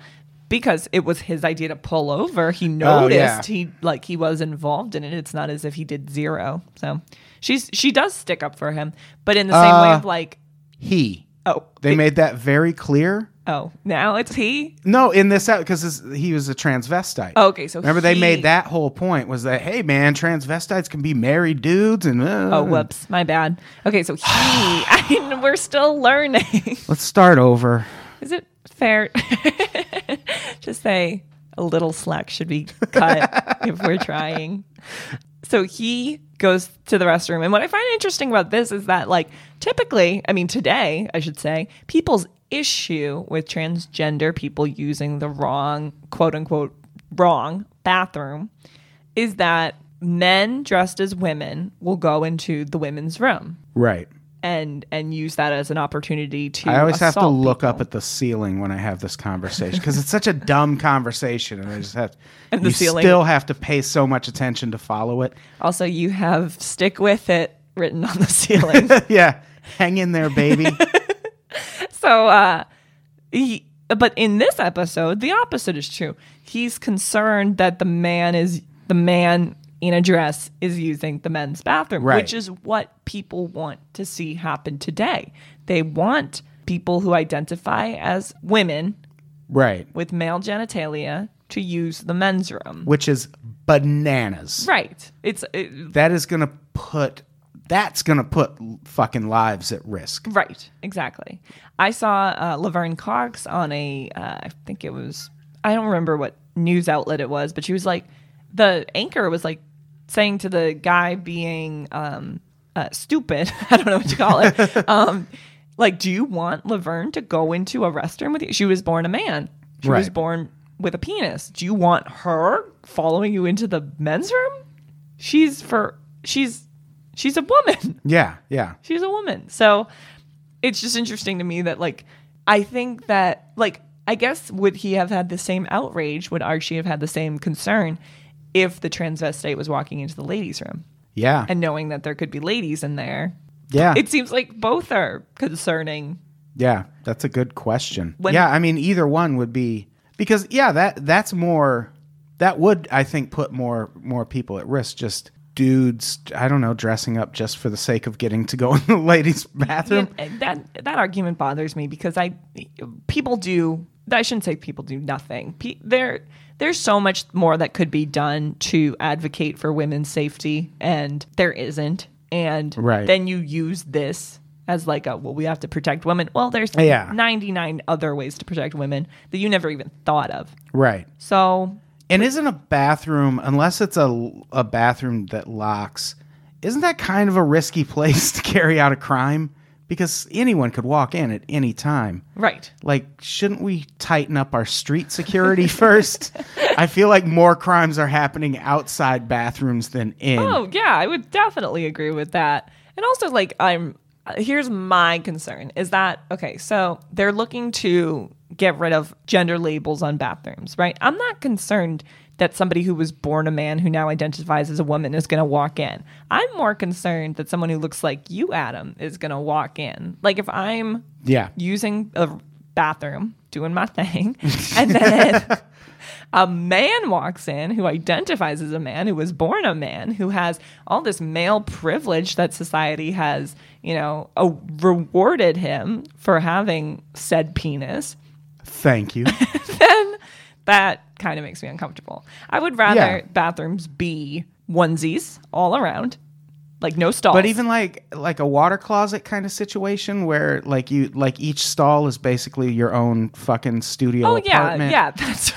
Speaker 3: because it was his idea to pull over. He
Speaker 2: Oh,
Speaker 3: noticed
Speaker 2: yeah.
Speaker 3: he like he was involved in it. It's not as if he did zero. So she's she does stick up for him, but in the same way
Speaker 2: Uh.
Speaker 3: of like
Speaker 2: He.
Speaker 3: oh
Speaker 2: They made that very clear.
Speaker 3: oh now it's he
Speaker 2: No, in this out because he was a transvestite.
Speaker 3: Oh, okay, so
Speaker 2: remember they
Speaker 3: he-
Speaker 2: made that whole point was that hey man, transvestites can be married dudes and uh,
Speaker 3: oh whoops my bad okay so he I mean, we're still learning.
Speaker 2: let's start over.
Speaker 3: Is it fair to say a little slack should be cut if we're trying? So he goes to the restroom. And what I find interesting about this is that, like, typically, I mean, today, I should say, people's issue with transgender people using the wrong, quote unquote, wrong bathroom is that men dressed as women will go into the women's room.
Speaker 2: Right.
Speaker 3: And, and use that as an opportunity to.
Speaker 2: I always have to
Speaker 3: assault
Speaker 2: look
Speaker 3: people.
Speaker 2: up at the ceiling when I have this conversation because it's such a dumb conversation, and I just have
Speaker 3: And the
Speaker 2: you
Speaker 3: ceiling.
Speaker 2: still have to pay so much attention to follow it.
Speaker 3: Also, you have stick with it written on the ceiling.
Speaker 2: yeah, hang in there, baby.
Speaker 3: so, uh, he, but in this episode, the opposite is true. He's concerned that the man is the man in a dress is using the men's bathroom,
Speaker 2: Right.
Speaker 3: which is what people want to see happen today. They want people who identify as women
Speaker 2: right.
Speaker 3: with male genitalia to use the men's room.
Speaker 2: Which is bananas.
Speaker 3: Right. It's it,
Speaker 2: That is going to put that's going to put fucking lives at risk.
Speaker 3: Right, exactly. I saw uh, Laverne Cox on a, uh, I think it was, I don't remember what news outlet it was, but she was like, the anchor was like saying to the guy being um, uh, stupid, I don't know what to call it, um, like, do you want Laverne to go into a restroom with you? She was born a man. She was
Speaker 2: Right.
Speaker 3: born with a penis. Do you want her following you into the men's room? She's for, she's, she's a woman.
Speaker 2: Yeah, yeah.
Speaker 3: she's a woman. So it's just interesting to me that like I think that like I guess would he have had the same outrage? Would Archie have had the same concern if the transvestite was walking into the ladies' room
Speaker 2: Yeah.
Speaker 3: and knowing that there could be ladies in there?
Speaker 2: yeah.
Speaker 3: It seems like both are concerning.
Speaker 2: yeah. That's a good question.
Speaker 3: When-
Speaker 2: yeah, I mean either one would be because yeah that that's more that would i think put more more people at risk just dudes i don't know dressing up just for the sake of getting to go in the ladies bathroom
Speaker 3: Yeah, that that argument bothers me because I people do I shouldn't say people do nothing. Pe- there there's so much more that could be done to advocate for women's safety and there isn't. And
Speaker 2: Right.
Speaker 3: then you use this as like a well we have to protect women. Well there's
Speaker 2: Yeah.
Speaker 3: 99 other ways to protect women that you never even thought of.
Speaker 2: right
Speaker 3: So
Speaker 2: and isn't a bathroom unless it's a a bathroom that locks isn't that kind of a risky place to carry out a crime because anyone could walk in at any time
Speaker 3: right.
Speaker 2: like shouldn't we tighten up our street security first i feel like more crimes are happening outside bathrooms than in
Speaker 3: Oh yeah, I would definitely agree with that. And also, like, I'm uh, here's my concern is that okay? So they're looking to get rid of gender labels on bathrooms, right? I'm not concerned that somebody who was born a man who now identifies as a woman is going to walk in. I'm more concerned that someone who looks like you, Adam, is going to walk in. Like, if I'm
Speaker 2: yeah
Speaker 3: using a bathroom, doing my thing, and then a man walks in who identifies as a man, who was born a man, who has all this male privilege that society has, you know, uh, rewarded him for having said penis.
Speaker 2: thank you
Speaker 3: Then that kind of makes me uncomfortable. I would rather
Speaker 2: Yeah.
Speaker 3: bathrooms be onesies all around, like no stalls.
Speaker 2: but even like like a water closet kind of situation where like you like each stall is basically your own fucking studio
Speaker 3: oh yeah,
Speaker 2: apartment
Speaker 3: yeah, that's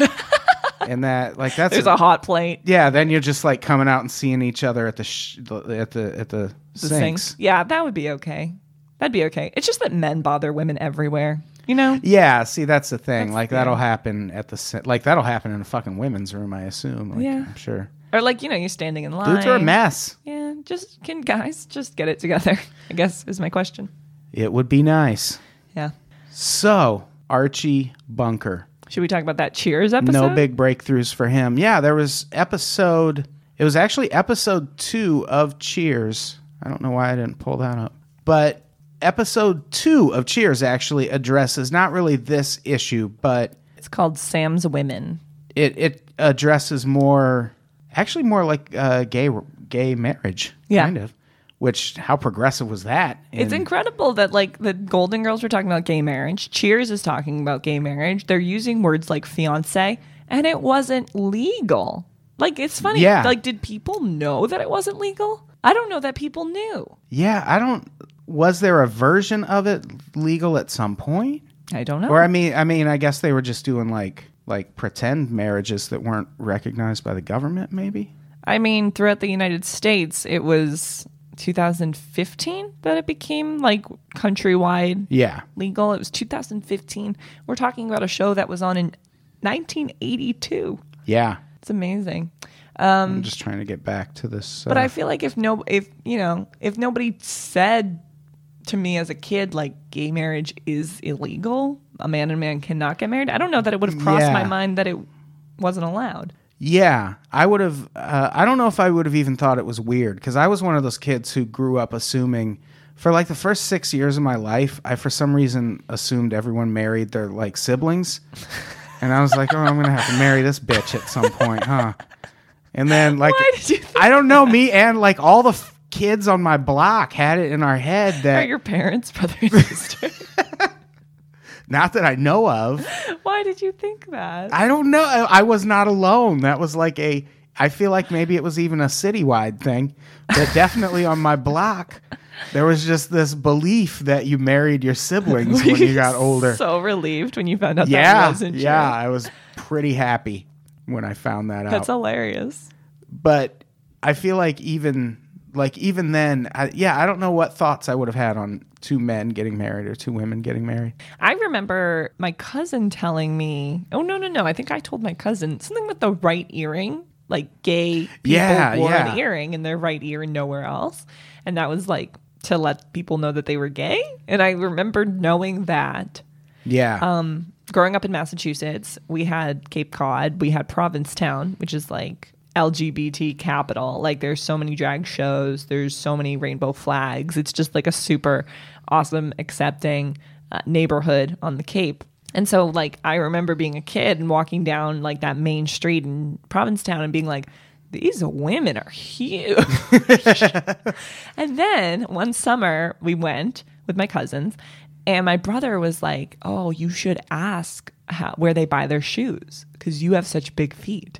Speaker 2: and that like that's
Speaker 3: there's a hot plate.
Speaker 2: yeah then you're just like coming out and seeing each other at the sh- the- at the at the,
Speaker 3: the
Speaker 2: sinks.
Speaker 3: sinks. Yeah, that would be okay. That'd be okay. It's just that men bother women everywhere. You know?
Speaker 2: yeah see that's the thing like that'll happen at the si- like that'll happen in a fucking women's room i assume like,
Speaker 3: Yeah.
Speaker 2: i'm sure
Speaker 3: Or like, you know, you're standing in line.
Speaker 2: dudes are a mess
Speaker 3: Yeah, just can guys just get it together, I guess is my question.
Speaker 2: It would be nice.
Speaker 3: Yeah.
Speaker 2: So, Archie Bunker.
Speaker 3: Should we talk about that Cheers episode?
Speaker 2: No big breakthroughs for him. Yeah, there was episode, it was actually episode two of Cheers. I don't know why I didn't pull that up. But episode two of Cheers actually addresses not really this issue, but
Speaker 3: It's called Sam's Women.
Speaker 2: it, it addresses more, actually more like uh, gay gay marriage,
Speaker 3: Yeah.
Speaker 2: kind of. Which, how progressive was that?
Speaker 3: It's
Speaker 2: in-
Speaker 3: incredible that like the Golden Girls were talking about gay marriage. Cheers is talking about gay marriage. They're using words like fiance, and it wasn't legal. Like it's funny.
Speaker 2: Yeah.
Speaker 3: Like, did people know that it wasn't legal? I don't know that people knew.
Speaker 2: Yeah, I don't. Was there a version of it legal at some point?
Speaker 3: I don't know.
Speaker 2: Or I mean, I mean, I guess they were just doing like like pretend marriages that weren't recognized by the government, maybe.
Speaker 3: I mean, throughout the United States, it was 2015 that it became like countrywide
Speaker 2: Yeah,
Speaker 3: legal. It was 2015. We're talking about a show that was on in 1982.
Speaker 2: yeah.
Speaker 3: It's amazing.
Speaker 2: I'm just trying to get back to this. Uh,
Speaker 3: But I feel like if no, if you know, if nobody said to me as a kid like gay marriage is illegal, a man and man cannot get married. I don't know that it would have crossed
Speaker 2: Yeah.
Speaker 3: my mind that it wasn't allowed.
Speaker 2: yeah, I would have. Uh, I don't know if I would have even thought it was weird because I was one of those kids who grew up assuming. For like the first six years of my life, I for some reason assumed everyone married their like siblings, and I was like, "Oh, I'm gonna have to marry this bitch at some point, huh?" And then like
Speaker 3: Why did you think
Speaker 2: I don't know. Me and like all the f- kids on my block had it in our head
Speaker 3: are
Speaker 2: that
Speaker 3: your parents brother and sister?
Speaker 2: not that I know of.
Speaker 3: Why did you think that?
Speaker 2: I don't know. I I was not alone. That was like a. I feel like maybe it was even a citywide thing, but definitely on my block, there was just this belief that you married your siblings when you got older.
Speaker 3: So relieved when you found out that
Speaker 2: yeah,
Speaker 3: wasn't true.
Speaker 2: yeah. I was pretty happy when I found that out.
Speaker 3: That's hilarious.
Speaker 2: but I feel like even like even then, I, yeah, I don't know what thoughts I would have had on two men getting married or two women getting married.
Speaker 3: I remember my cousin telling me, oh, no, no, no. I think I told my cousin something with the right earring. Like gay people
Speaker 2: Yeah,
Speaker 3: wore
Speaker 2: yeah.
Speaker 3: an earring in their right ear and nowhere else. And that was like to let people know that they were gay. And I remember knowing that
Speaker 2: Yeah,
Speaker 3: Um, growing up in Massachusetts, we had Cape Cod, we had Provincetown, which is like LGBT capital. Like there's so many drag shows, there's so many rainbow flags. It's just like a super awesome, accepting uh, neighborhood on the Cape. And so, like, I remember being a kid and walking down like that main street in Provincetown and being like, these women are huge. and then one summer, we went with my cousins, and my brother was like, Oh, you should ask how, where they buy their shoes because you have such big feet.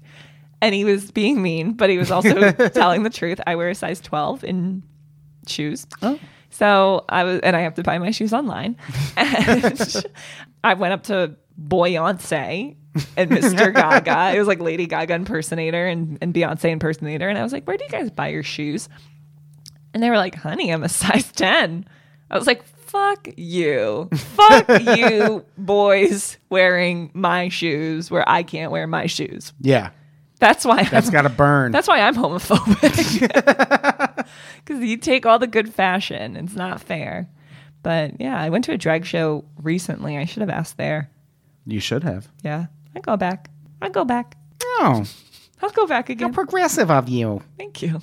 Speaker 3: And he was being mean, but he was also telling the truth. I wear a size 12 in shoes. So I was, and I have to buy my shoes online. And I went up to Beyonce and Mr. Gaga. It was like Lady Gaga impersonator and, and Beyonce impersonator. And I was like, where do you guys buy your shoes? And they were like, honey, I'm a size 10. I was like, fuck you. Fuck you, boys wearing my shoes where I can't wear my shoes.
Speaker 2: Yeah.
Speaker 3: That's why
Speaker 2: That's
Speaker 3: I'm,
Speaker 2: got to burn.
Speaker 3: that's why I'm homophobic. Because you take all the good fashion. It's not fair. But yeah, I went to a drag show recently. I should have asked there.
Speaker 2: you should have.
Speaker 3: Yeah. I go back. I go back.
Speaker 2: Oh,
Speaker 3: I'll go back again.
Speaker 2: progressive of you.
Speaker 3: Thank you.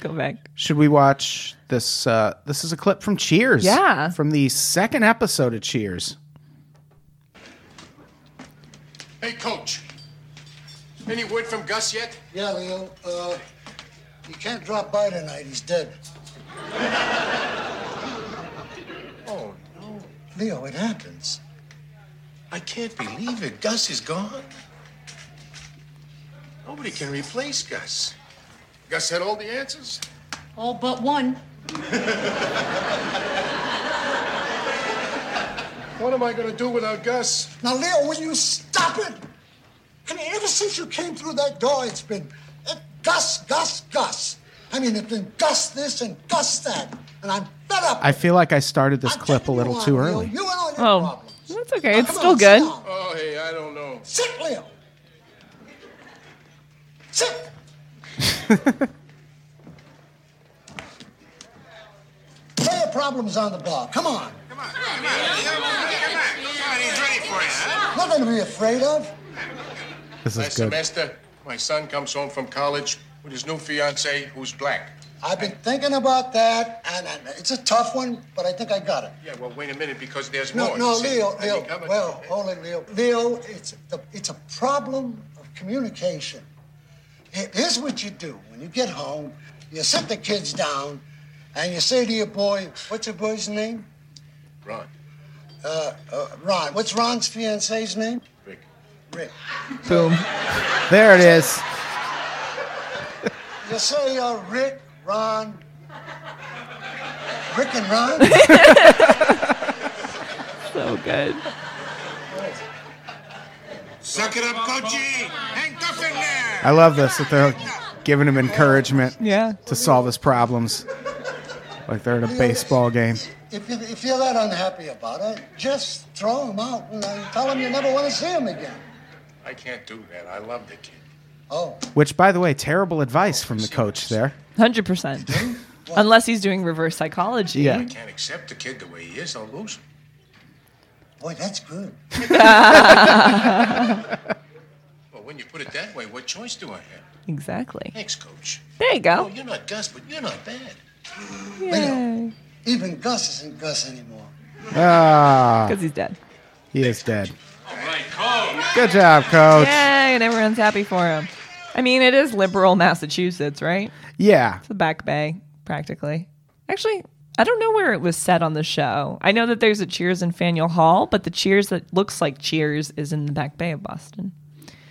Speaker 3: Go back.
Speaker 2: Should we watch this? Uh, this is a clip from Cheers.
Speaker 3: Yeah.
Speaker 2: From the second episode of Cheers.
Speaker 8: Hey, coach. Any word from Gus yet?
Speaker 6: Yeah, Leo. Uh, you can't drop by tonight. He's dead. oh, no. Leo, it happens.
Speaker 8: I can't believe it. Gus is gone. Nobody can replace Gus. Gus had all the answers.
Speaker 9: All but one.
Speaker 8: What am I going to do without Gus?
Speaker 6: Now, Leo, will you stop it? I mean, ever since you came through that door, it's been uh, Gus, Gus, Gus. I mean, it's been Gus this and Gus that. And I'm fed up.
Speaker 2: I feel like I started this
Speaker 6: I'm
Speaker 2: clip a
Speaker 6: taking
Speaker 2: little
Speaker 6: you
Speaker 2: too
Speaker 6: on, Leo.
Speaker 2: early.
Speaker 6: You and all your
Speaker 3: Oh,
Speaker 6: problems.
Speaker 3: that's okay. It's
Speaker 6: Come
Speaker 3: still
Speaker 6: on,
Speaker 3: good.
Speaker 6: Sit, down.
Speaker 8: Oh, hey, I don't know.
Speaker 6: Sit, Leo. Sit. Lay your problems on the bar. Come on.
Speaker 8: He's ready for you, huh?
Speaker 6: Nothing to be afraid of.
Speaker 2: This
Speaker 8: Last
Speaker 2: is good.
Speaker 8: semester, my son comes home from college with his new fiancee, who's black.
Speaker 6: I've been thinking about that, and, and it's a tough one, but I think I got it.
Speaker 8: Yeah, well, wait a minute, because there's
Speaker 6: No,
Speaker 8: more.
Speaker 6: no,
Speaker 8: you see.
Speaker 6: Leo,
Speaker 8: I
Speaker 6: Leo.
Speaker 8: become a-
Speaker 6: Well, hold it, Leo. Leo, it's the, it's a problem of communication. Here- Here's what you do when you get home. You sit the kids down, and you say to your boy, "What's your boy's name? Uh,
Speaker 8: Ron,
Speaker 6: Ron. What's Ron's fiance's name?
Speaker 8: Rick.
Speaker 6: Rick."
Speaker 3: Boom.
Speaker 2: There it is.
Speaker 6: You say, uh, "Rick, Ron." Rick and Ron.
Speaker 3: So good.
Speaker 8: Suck it up, coachy. Hang tough in there.
Speaker 2: I love this that they're giving him encouragement
Speaker 3: Yeah.
Speaker 2: to solve his problems. Like they're at a baseball game.
Speaker 6: If, you, if you're that unhappy about it, just throw him out and uh, tell him you never want to see him again.
Speaker 8: I can't do that. I love the kid.
Speaker 6: Oh,
Speaker 2: Which, by the way, terrible advice from the coach there.
Speaker 3: 100%. Unless he's doing reverse psychology.
Speaker 2: Yeah.
Speaker 8: Can't accept the kid the way he is. I'll lose him.
Speaker 6: boy, that's good.
Speaker 8: Well, when you put it that way, what choice do I have?
Speaker 3: Exactly.
Speaker 8: Thanks, coach.
Speaker 3: There you
Speaker 8: Oh,
Speaker 3: go.
Speaker 8: you're not Gus, but you're not bad.
Speaker 3: Because
Speaker 6: Even Gus isn't Gus anymore.
Speaker 2: Ah,
Speaker 3: he's dead.
Speaker 2: he is dead.
Speaker 8: All right, coach.
Speaker 2: Good job, coach.
Speaker 3: Yay, and everyone's happy for him. I mean, it is liberal Massachusetts, right?
Speaker 2: Yeah.
Speaker 3: The Back Bay, practically. Actually, I don't know where it was set on the show. I know that there's a Cheers in Faneuil Hall, but the Cheers that looks like Cheers is in the Back Bay of Boston.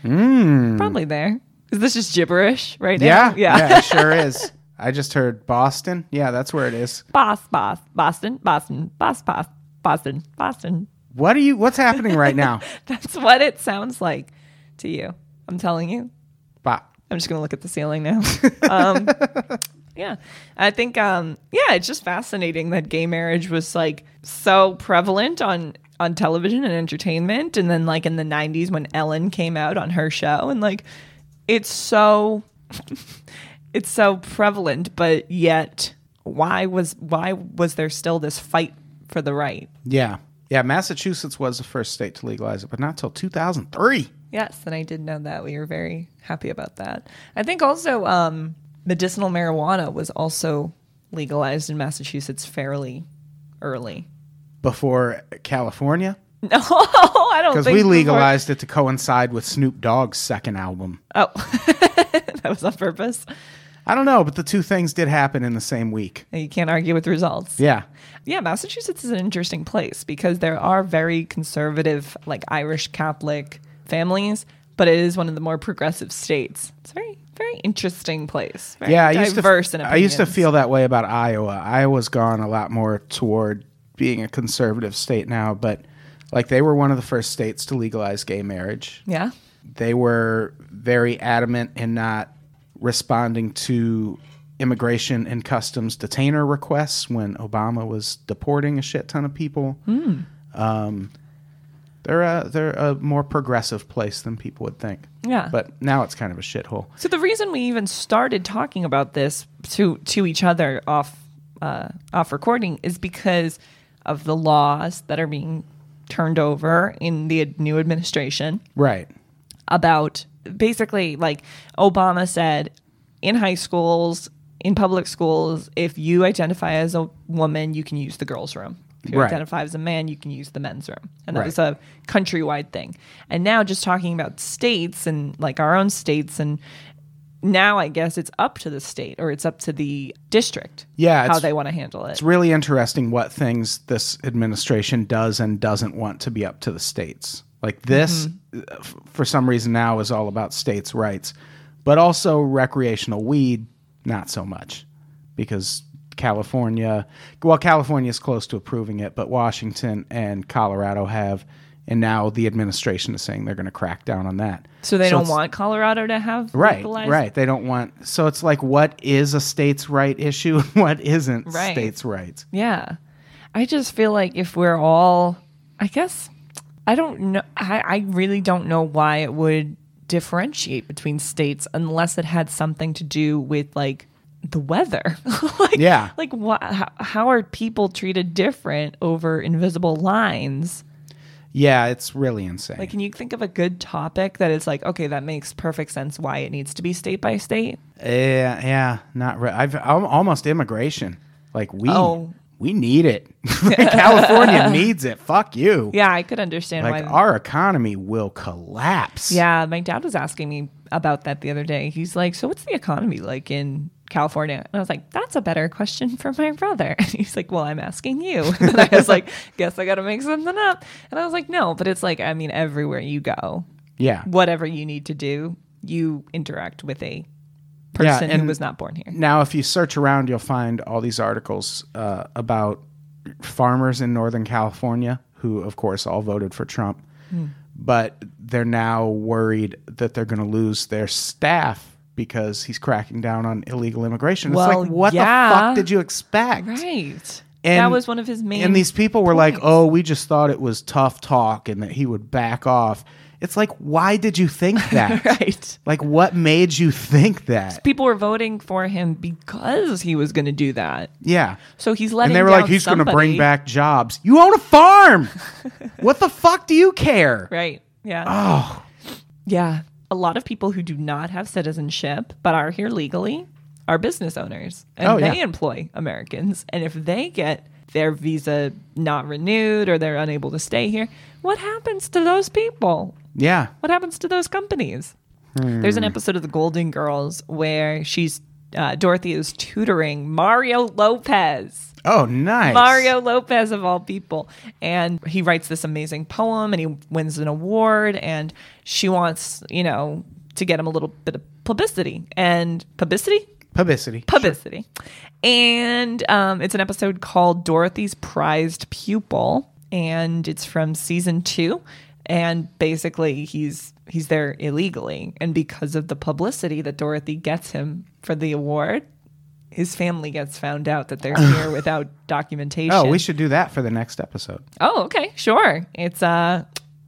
Speaker 3: Probably there. Is this just gibberish right
Speaker 2: Hmm. Yeah.
Speaker 3: now? Yeah.
Speaker 2: it sure is. I just heard Boston. Yeah, that's where it is.
Speaker 3: Boss, boss, Boston, Boston, boss, boss, Boston, Boston.
Speaker 2: What are you? What's happening right now?
Speaker 3: That's what it sounds like to you. I'm telling you.
Speaker 2: Ba-
Speaker 3: I'm just gonna look at the ceiling now. um, yeah, I think um, yeah, it's just fascinating that gay marriage was like so prevalent on on television and entertainment, and then like in the '90s when Ellen came out on her show, and like it's so it's so prevalent, but yet why was why was there still this fight for the right?
Speaker 2: Yeah. Yeah. Massachusetts was the first state to legalize it, but not till 2003.
Speaker 3: Yes, and I did know that. We were very happy about that. I think also um, medicinal marijuana was also legalized in Massachusetts fairly early.
Speaker 2: Before California.
Speaker 3: No, Oh, I don't don't
Speaker 2: Because
Speaker 3: think
Speaker 2: we
Speaker 3: before-
Speaker 2: legalized it to coincide with Snoop Dogg's second album.
Speaker 3: Oh, that was on purpose.
Speaker 2: I don't know, but the two things did happen in the same week.
Speaker 3: You can't argue with results.
Speaker 2: Yeah.
Speaker 3: Yeah, Massachusetts is an interesting place because there are very conservative, like Irish Catholic families, but it is one of the more progressive states. It's a very, very interesting place. Very
Speaker 2: Yeah, I used to
Speaker 3: diverse in
Speaker 2: I used to
Speaker 3: opinions.
Speaker 2: feel that way about Iowa. Iowa's gone a lot more toward being a conservative state now, but like they were one of the first states to legalize gay marriage.
Speaker 3: Yeah,
Speaker 2: They were very adamant in not responding to immigration and customs detainer requests when Obama was deporting a shit ton of people. Um, they're a, they're a more progressive place than people would think.
Speaker 3: Yeah.
Speaker 2: But now it's kind of a shithole.
Speaker 3: So the reason we even started talking about this to to each other off uh, off recording is because of the laws that are being turned over in the new administration
Speaker 2: Right.
Speaker 3: about basically like Obama said in high schools, in public schools, if you identify as a woman, you can use the girls' room. If you
Speaker 2: Right.
Speaker 3: identify as a man, you can use the men's room. And that
Speaker 2: Right.
Speaker 3: was a countrywide thing. And now just talking about states and like our own states and now I guess it's up to the state or it's up to the district.
Speaker 2: Yeah,
Speaker 3: How
Speaker 2: it's-
Speaker 3: they want to handle it.
Speaker 2: It's really interesting what things this administration does and doesn't want to be up to the states. Like this,
Speaker 3: Mm-hmm.
Speaker 2: uh, f- for some reason, now is all about states' rights, but also recreational weed, not so much because California, well, California is close to approving it, but Washington and Colorado have. And now the administration is saying they're going to crack down on that.
Speaker 3: so they don't
Speaker 2: it's-
Speaker 3: want Colorado to have
Speaker 2: right
Speaker 3: legalized.
Speaker 2: right they don't want so it's like what is a states right issue and what isn't
Speaker 3: Right.
Speaker 2: states rights
Speaker 3: Yeah. I just feel like if we're all, I guess, I don't know. I, I really don't know why it would differentiate between states unless it had something to do with like the weather. like,
Speaker 2: Yeah.
Speaker 3: Like, what, how, how are people treated different over invisible lines?
Speaker 2: Yeah, it's really insane.
Speaker 3: Like, can you think of a good topic that is like, okay, that makes perfect sense why it needs to be state by state?
Speaker 2: yeah, yeah, not re- I've al- almost immigration. Like we
Speaker 3: Oh.
Speaker 2: we need it. California needs it. Fuck you.
Speaker 3: Yeah, I could understand
Speaker 2: Like
Speaker 3: why.
Speaker 2: our economy will collapse.
Speaker 3: Yeah, my dad was asking me about that the other day. He's like, "So what's the economy like in California?" And I was like, "That's a better question for my brother." And he's like, "Well, I'm asking you." And I was like, "Guess I got to make something up." And I was like, "No, but it's like, I mean, everywhere you go,
Speaker 2: Yeah.
Speaker 3: whatever you need to do, you interact with a person who
Speaker 2: and-
Speaker 3: was not born here."
Speaker 2: Now if you search around you'll find all these articles uh, about farmers in northern California who of course all voted for Trump.
Speaker 3: Hmm.
Speaker 2: But they're now worried that they're going to lose their staff because he's cracking down on illegal immigration. it's
Speaker 3: Well,
Speaker 2: like what the
Speaker 3: yeah.
Speaker 2: fuck did you expect?
Speaker 3: Right.
Speaker 2: And-
Speaker 3: that was one of his main.
Speaker 2: and these people were like, "Oh, we just thought it was tough talk and that he would back off." It's like, why did you think that?
Speaker 3: right.
Speaker 2: Like, what made you think that?
Speaker 3: People were voting for him because he was going to do that.
Speaker 2: Yeah.
Speaker 3: So he's letting.
Speaker 2: and they were
Speaker 3: down
Speaker 2: like, "He's going to bring
Speaker 3: somebody."
Speaker 2: back jobs." You own a farm. what the fuck do you care?
Speaker 3: Right. Yeah. Oh. Yeah. A lot of people who do not have citizenship but are here legally are business owners and
Speaker 2: Oh,
Speaker 3: they
Speaker 2: yeah.
Speaker 3: employ Americans. And if they get their visa not renewed or they're unable to stay here, what happens to those people?
Speaker 2: Yeah.
Speaker 3: What happens to those companies? There's
Speaker 2: Hmm.
Speaker 3: an episode of The Golden Girls where she's uh, Dorothy is tutoring Mario Lopez.
Speaker 2: Oh, nice.
Speaker 3: Mario Lopez of all people. And he writes this amazing poem and he wins an award and she wants, you know, to get him a little bit of publicity. And publicity?
Speaker 2: Publicity.
Speaker 3: Publicity. And um, it's an episode called Dorothy's Prized Pupil and it's from season 2 and basically he's he's there illegally and because of the publicity that Dorothy gets him for the award his family gets found out that they're here without documentation.
Speaker 2: Oh, we should do that for the next episode.
Speaker 3: Oh, okay, sure. It's uh,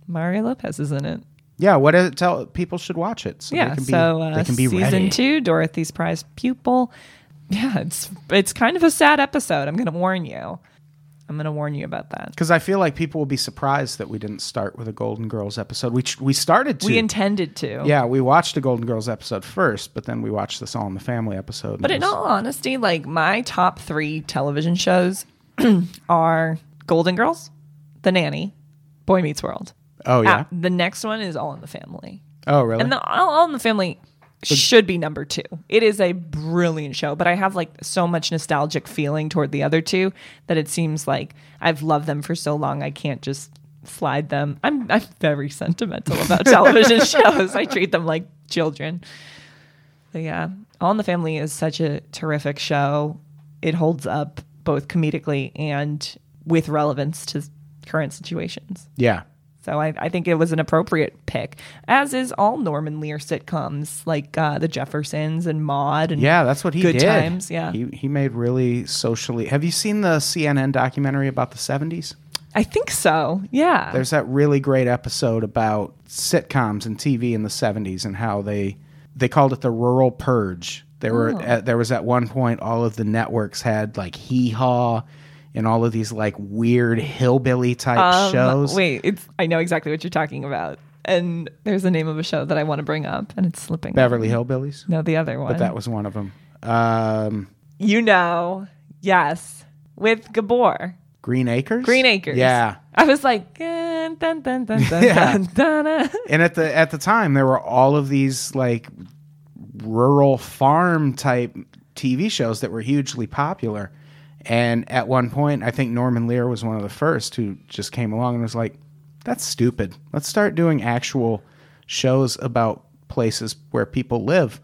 Speaker 3: Mario Lopez is in it.
Speaker 2: Yeah, what is it tell people should watch it so
Speaker 3: yeah,
Speaker 2: they can be
Speaker 3: so uh,
Speaker 2: they can be
Speaker 3: season
Speaker 2: ready.
Speaker 3: two, Dorothy's Prize pupil. Yeah, it's it's kind of a sad episode. I'm gonna warn you. I'm gonna warn you about that.
Speaker 2: Because I feel like people will be surprised that we didn't start with a Golden Girls episode. We ch- we started to.
Speaker 3: We intended to.
Speaker 2: yeah, we watched a Golden Girls episode first, but then we watched this All in the Family episode.
Speaker 3: But in all honesty, like my top three television shows are Golden Girls, The Nanny, Boy Meets World.
Speaker 2: Oh
Speaker 3: Ah,
Speaker 2: yeah.
Speaker 3: the next one is All in the Family.
Speaker 2: oh really?
Speaker 3: And the All, All in the Family should be number two. It is a brilliant show, but I have like so much nostalgic feeling toward the other two that it seems like I've loved them for so long. I can't just slide them. I'm I'm very sentimental about television shows. I treat them like children. But yeah, All in the Family is such a terrific show. It holds up both comedically and with relevance to current situations.
Speaker 2: yeah.
Speaker 3: So I, I think it was an appropriate pick, as is all Norman Lear sitcoms like uh, The Jeffersons and Maude. And
Speaker 2: Yeah, that's what he
Speaker 3: Mm-hmm. Good
Speaker 2: did.
Speaker 3: Times. Yeah,
Speaker 2: He he made really socially. Have you seen the CNN documentary about the 70s?
Speaker 3: I think so. Yeah,
Speaker 2: There's that really great episode about sitcoms and TV in the 70s and how they they called it the rural purge. There
Speaker 3: Oh.
Speaker 2: were at, there was at one point all of the networks had like Hee Haw and all of these like weird hillbilly type shows.
Speaker 3: Um, Wait, it's I know exactly what you're talking about. And there's the name of a show that I want to bring up, and it's slipping.
Speaker 2: Beverly Hillbillies.
Speaker 3: No, the other one.
Speaker 2: But that was one of them. Um,
Speaker 3: you know, yes, with Gabor.
Speaker 2: Green Acres.
Speaker 3: Green Acres.
Speaker 2: Yeah.
Speaker 3: I was like, dun, dun, dun, dun, dun, dun, dun, dun.
Speaker 2: and at the at the time there were all of these like rural farm type TV shows that were hugely popular. And at one point, I think Norman Lear was one of the first who just came along and was like, "That's stupid. Let's start doing actual shows about places where people live."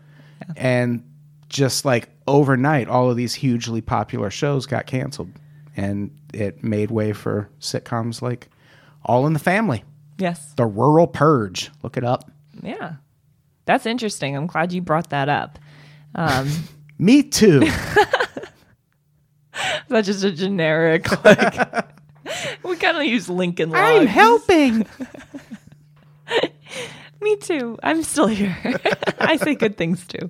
Speaker 2: And just like overnight, all of these hugely popular shows got canceled, and it made way for sitcoms like All in the Family.
Speaker 3: yes.
Speaker 2: The Rural Purge. Look it up.
Speaker 3: Yeah. That's interesting. I'm glad you brought that up. Um,
Speaker 2: Me too.
Speaker 3: That's just a generic like we kind of use Lincoln logs.
Speaker 2: I'm helping.
Speaker 3: Me too. I'm still here. I say good things too.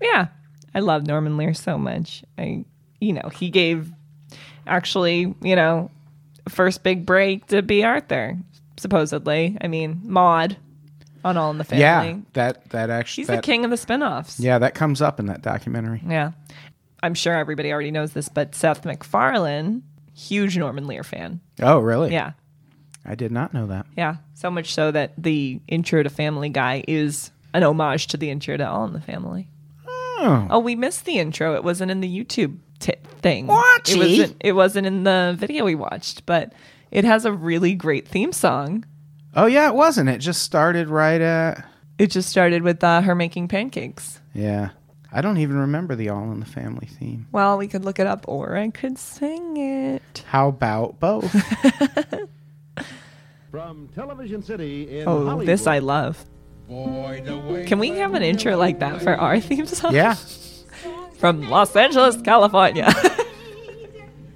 Speaker 3: Yeah. I love Norman Lear so much. I you know, he gave actually, you know, first big break to B. Arthur, supposedly. I mean, Maud on All in the Family.
Speaker 2: yeah, that that actually.
Speaker 3: He's the king of the spin-offs.
Speaker 2: Yeah, that comes up in that documentary.
Speaker 3: Yeah. I'm sure everybody already knows this, but Seth MacFarlane, huge Norman Lear fan.
Speaker 2: Oh, really?
Speaker 3: Yeah.
Speaker 2: I did not know that.
Speaker 3: Yeah. So much so that the intro to Family Guy is an homage to the intro to All in the Family.
Speaker 2: Oh,
Speaker 3: Oh, we missed the intro. It wasn't in the YouTube t- thing. Watch it wasn't, it wasn't in the video we watched, but it has a really great theme song.
Speaker 2: oh yeah, it wasn't. It just started right at.
Speaker 3: It just started with uh, her making pancakes.
Speaker 2: Yeah, I don't even remember the All in the Family theme.
Speaker 3: Well, we could look it up or I could sing it.
Speaker 2: How about both?
Speaker 9: From Television City in
Speaker 3: Oh, this I love.
Speaker 8: Boy, the way
Speaker 3: Can we have an intro like that for our theme song?
Speaker 2: yeah,
Speaker 3: From Los Angeles, California.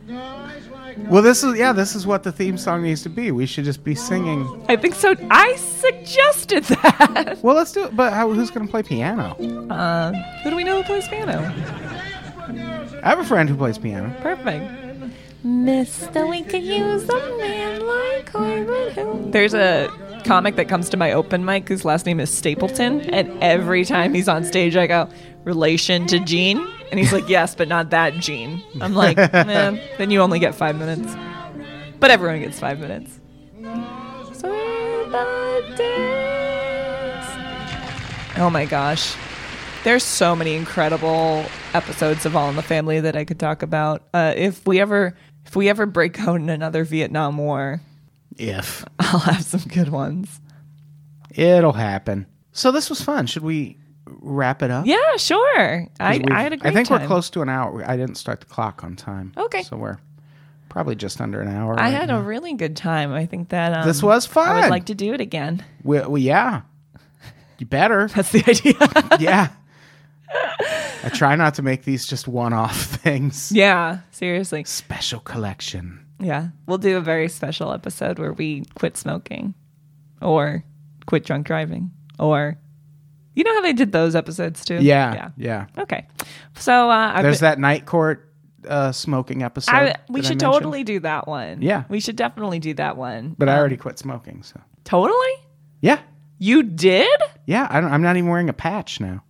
Speaker 2: well, this is yeah, this is what the theme song needs to be. We should just be singing.
Speaker 3: I think so. I suggested that.
Speaker 2: Well, let's do it. But how, who's going to play piano?
Speaker 3: Who do we know who plays piano?
Speaker 2: I have a friend who plays piano.
Speaker 3: Perfect. Mister, we could use a man like Corbin Hill. There's a comic that comes to my open mic whose last name is Stapleton, and every time he's on stage, I go, relation to Gene? And he's like, yes, but not that Gene. I'm like, man, then you only get five minutes. But everyone gets five minutes. Oh my gosh. There's so many incredible episodes of All in the Family that I could talk about. Uh, if we ever if we ever break out in another Vietnam War,
Speaker 2: If
Speaker 3: I'll have some good ones.
Speaker 2: it'll happen. So this was fun. Should we wrap it up?
Speaker 3: Yeah, sure. I,
Speaker 2: We've-
Speaker 3: I had a great
Speaker 2: think we're
Speaker 3: time.
Speaker 2: close to an hour. I didn't start the clock on time.
Speaker 3: Okay.
Speaker 2: So we're probably just under an hour.
Speaker 3: I
Speaker 2: right
Speaker 3: had
Speaker 2: now.
Speaker 3: a really good time. I think that um,
Speaker 2: This was
Speaker 3: I
Speaker 2: fun.
Speaker 3: would like to do it again.
Speaker 2: We, we, yeah. You better.
Speaker 3: That's the idea.
Speaker 2: yeah. I try not to make these just one off things.
Speaker 3: yeah, seriously.
Speaker 2: Special collection.
Speaker 3: Yeah, we'll do a very special episode where we quit smoking, or quit drunk driving, or you know how they did those episodes too.
Speaker 2: Yeah. Yeah.
Speaker 3: Okay. So uh, I've
Speaker 2: There's
Speaker 3: been-
Speaker 2: that night court uh, smoking episode.
Speaker 3: I, we
Speaker 2: that I
Speaker 3: should
Speaker 2: mentioned.
Speaker 3: totally um, do that one.
Speaker 2: Yeah.
Speaker 3: we should definitely do that one.
Speaker 2: But I already quit smoking. So,
Speaker 3: Totally.
Speaker 2: yeah.
Speaker 3: You did,
Speaker 2: Yeah. I don't, I'm not even wearing a patch now.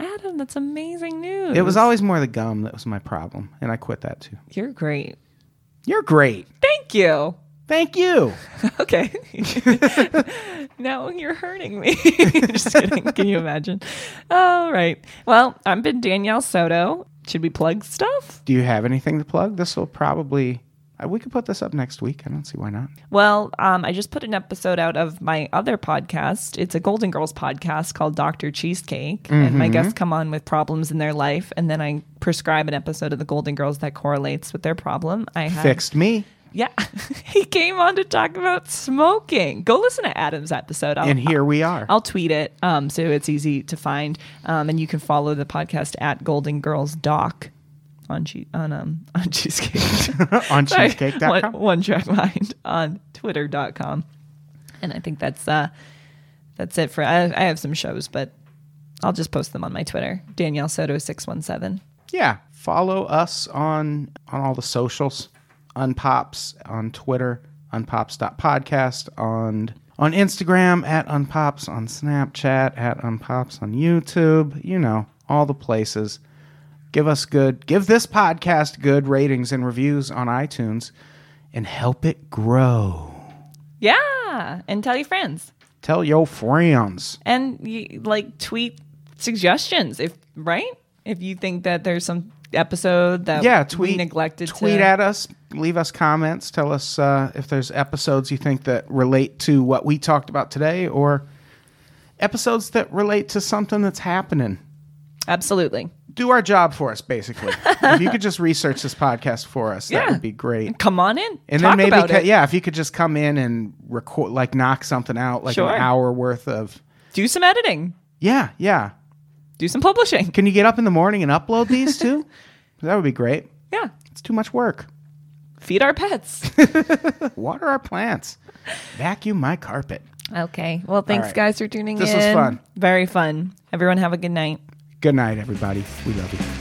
Speaker 3: Adam. That's amazing news.
Speaker 2: It was always more the gum that was my problem. And I quit that too.
Speaker 3: You're great.
Speaker 2: You're great.
Speaker 3: Thank you.
Speaker 2: Thank you.
Speaker 3: Okay. now you're hurting me. Just kidding. Can you imagine? All right. Well, I've been Danielle Soto. Should we plug stuff?
Speaker 2: Do you have anything to plug? This will probably. uh, We could put this up next week. I don't see why not.
Speaker 3: Well, um, I just put an episode out of my other podcast. It's a Golden Girls podcast called Dr. Cheesecake. And my guests come on with problems in their life. And then I prescribe an episode of the Golden Girls that correlates with their problem. I have.
Speaker 2: Fixed me,
Speaker 3: Yeah. he came on to talk about smoking. Go listen to Adam's episode. I'll,
Speaker 2: and here we are.
Speaker 3: I'll tweet it um, so it's easy to find. Um, and you can follow the podcast at Golden Girls Doc on, che- on, um, on Cheesecake.
Speaker 2: on
Speaker 3: Sorry.
Speaker 2: cheesecake.com.
Speaker 3: One, one track mind on twitter.com. And I think that's uh that's it for I, I have some shows, but I'll just post them on my Twitter. Danielle Soto six one seven.
Speaker 2: yeah follow us on on all the socials on pops on twitter on pops.podcast on on instagram at unpops on snapchat at unpops on youtube you know all the places give us good give this podcast good ratings and reviews on itunes and help it grow
Speaker 3: Yeah. And tell your friends.
Speaker 2: tell your friends
Speaker 3: And you, like tweet suggestions if right? If you think that there's some episode that
Speaker 2: yeah
Speaker 3: we
Speaker 2: tweet
Speaker 3: neglected to-
Speaker 2: tweet at us leave us comments tell us uh, if there's episodes you think that relate to what we talked about today or episodes that relate to something that's happening
Speaker 3: Absolutely.
Speaker 2: do our job for us basically if you could just research this podcast for us that
Speaker 3: Yeah.
Speaker 2: would be great
Speaker 3: Come on in.
Speaker 2: and
Speaker 3: talk
Speaker 2: then maybe
Speaker 3: about
Speaker 2: ca-
Speaker 3: it.
Speaker 2: yeah if you could just come in and record like knock something out like
Speaker 3: Sure.
Speaker 2: an hour worth of
Speaker 3: Do some editing.
Speaker 2: yeah yeah
Speaker 3: Do some publishing.
Speaker 2: can you get up in the morning and upload these too that would be great
Speaker 3: Yeah.
Speaker 2: it's too much work
Speaker 3: Feed our pets.
Speaker 2: water our plants vacuum my carpet
Speaker 3: Okay. Well, thanks
Speaker 2: right.
Speaker 3: guys for tuning
Speaker 2: This
Speaker 3: in.
Speaker 2: was fun.
Speaker 3: Very fun. Everyone have a good night.
Speaker 2: Good night, everybody. We love you.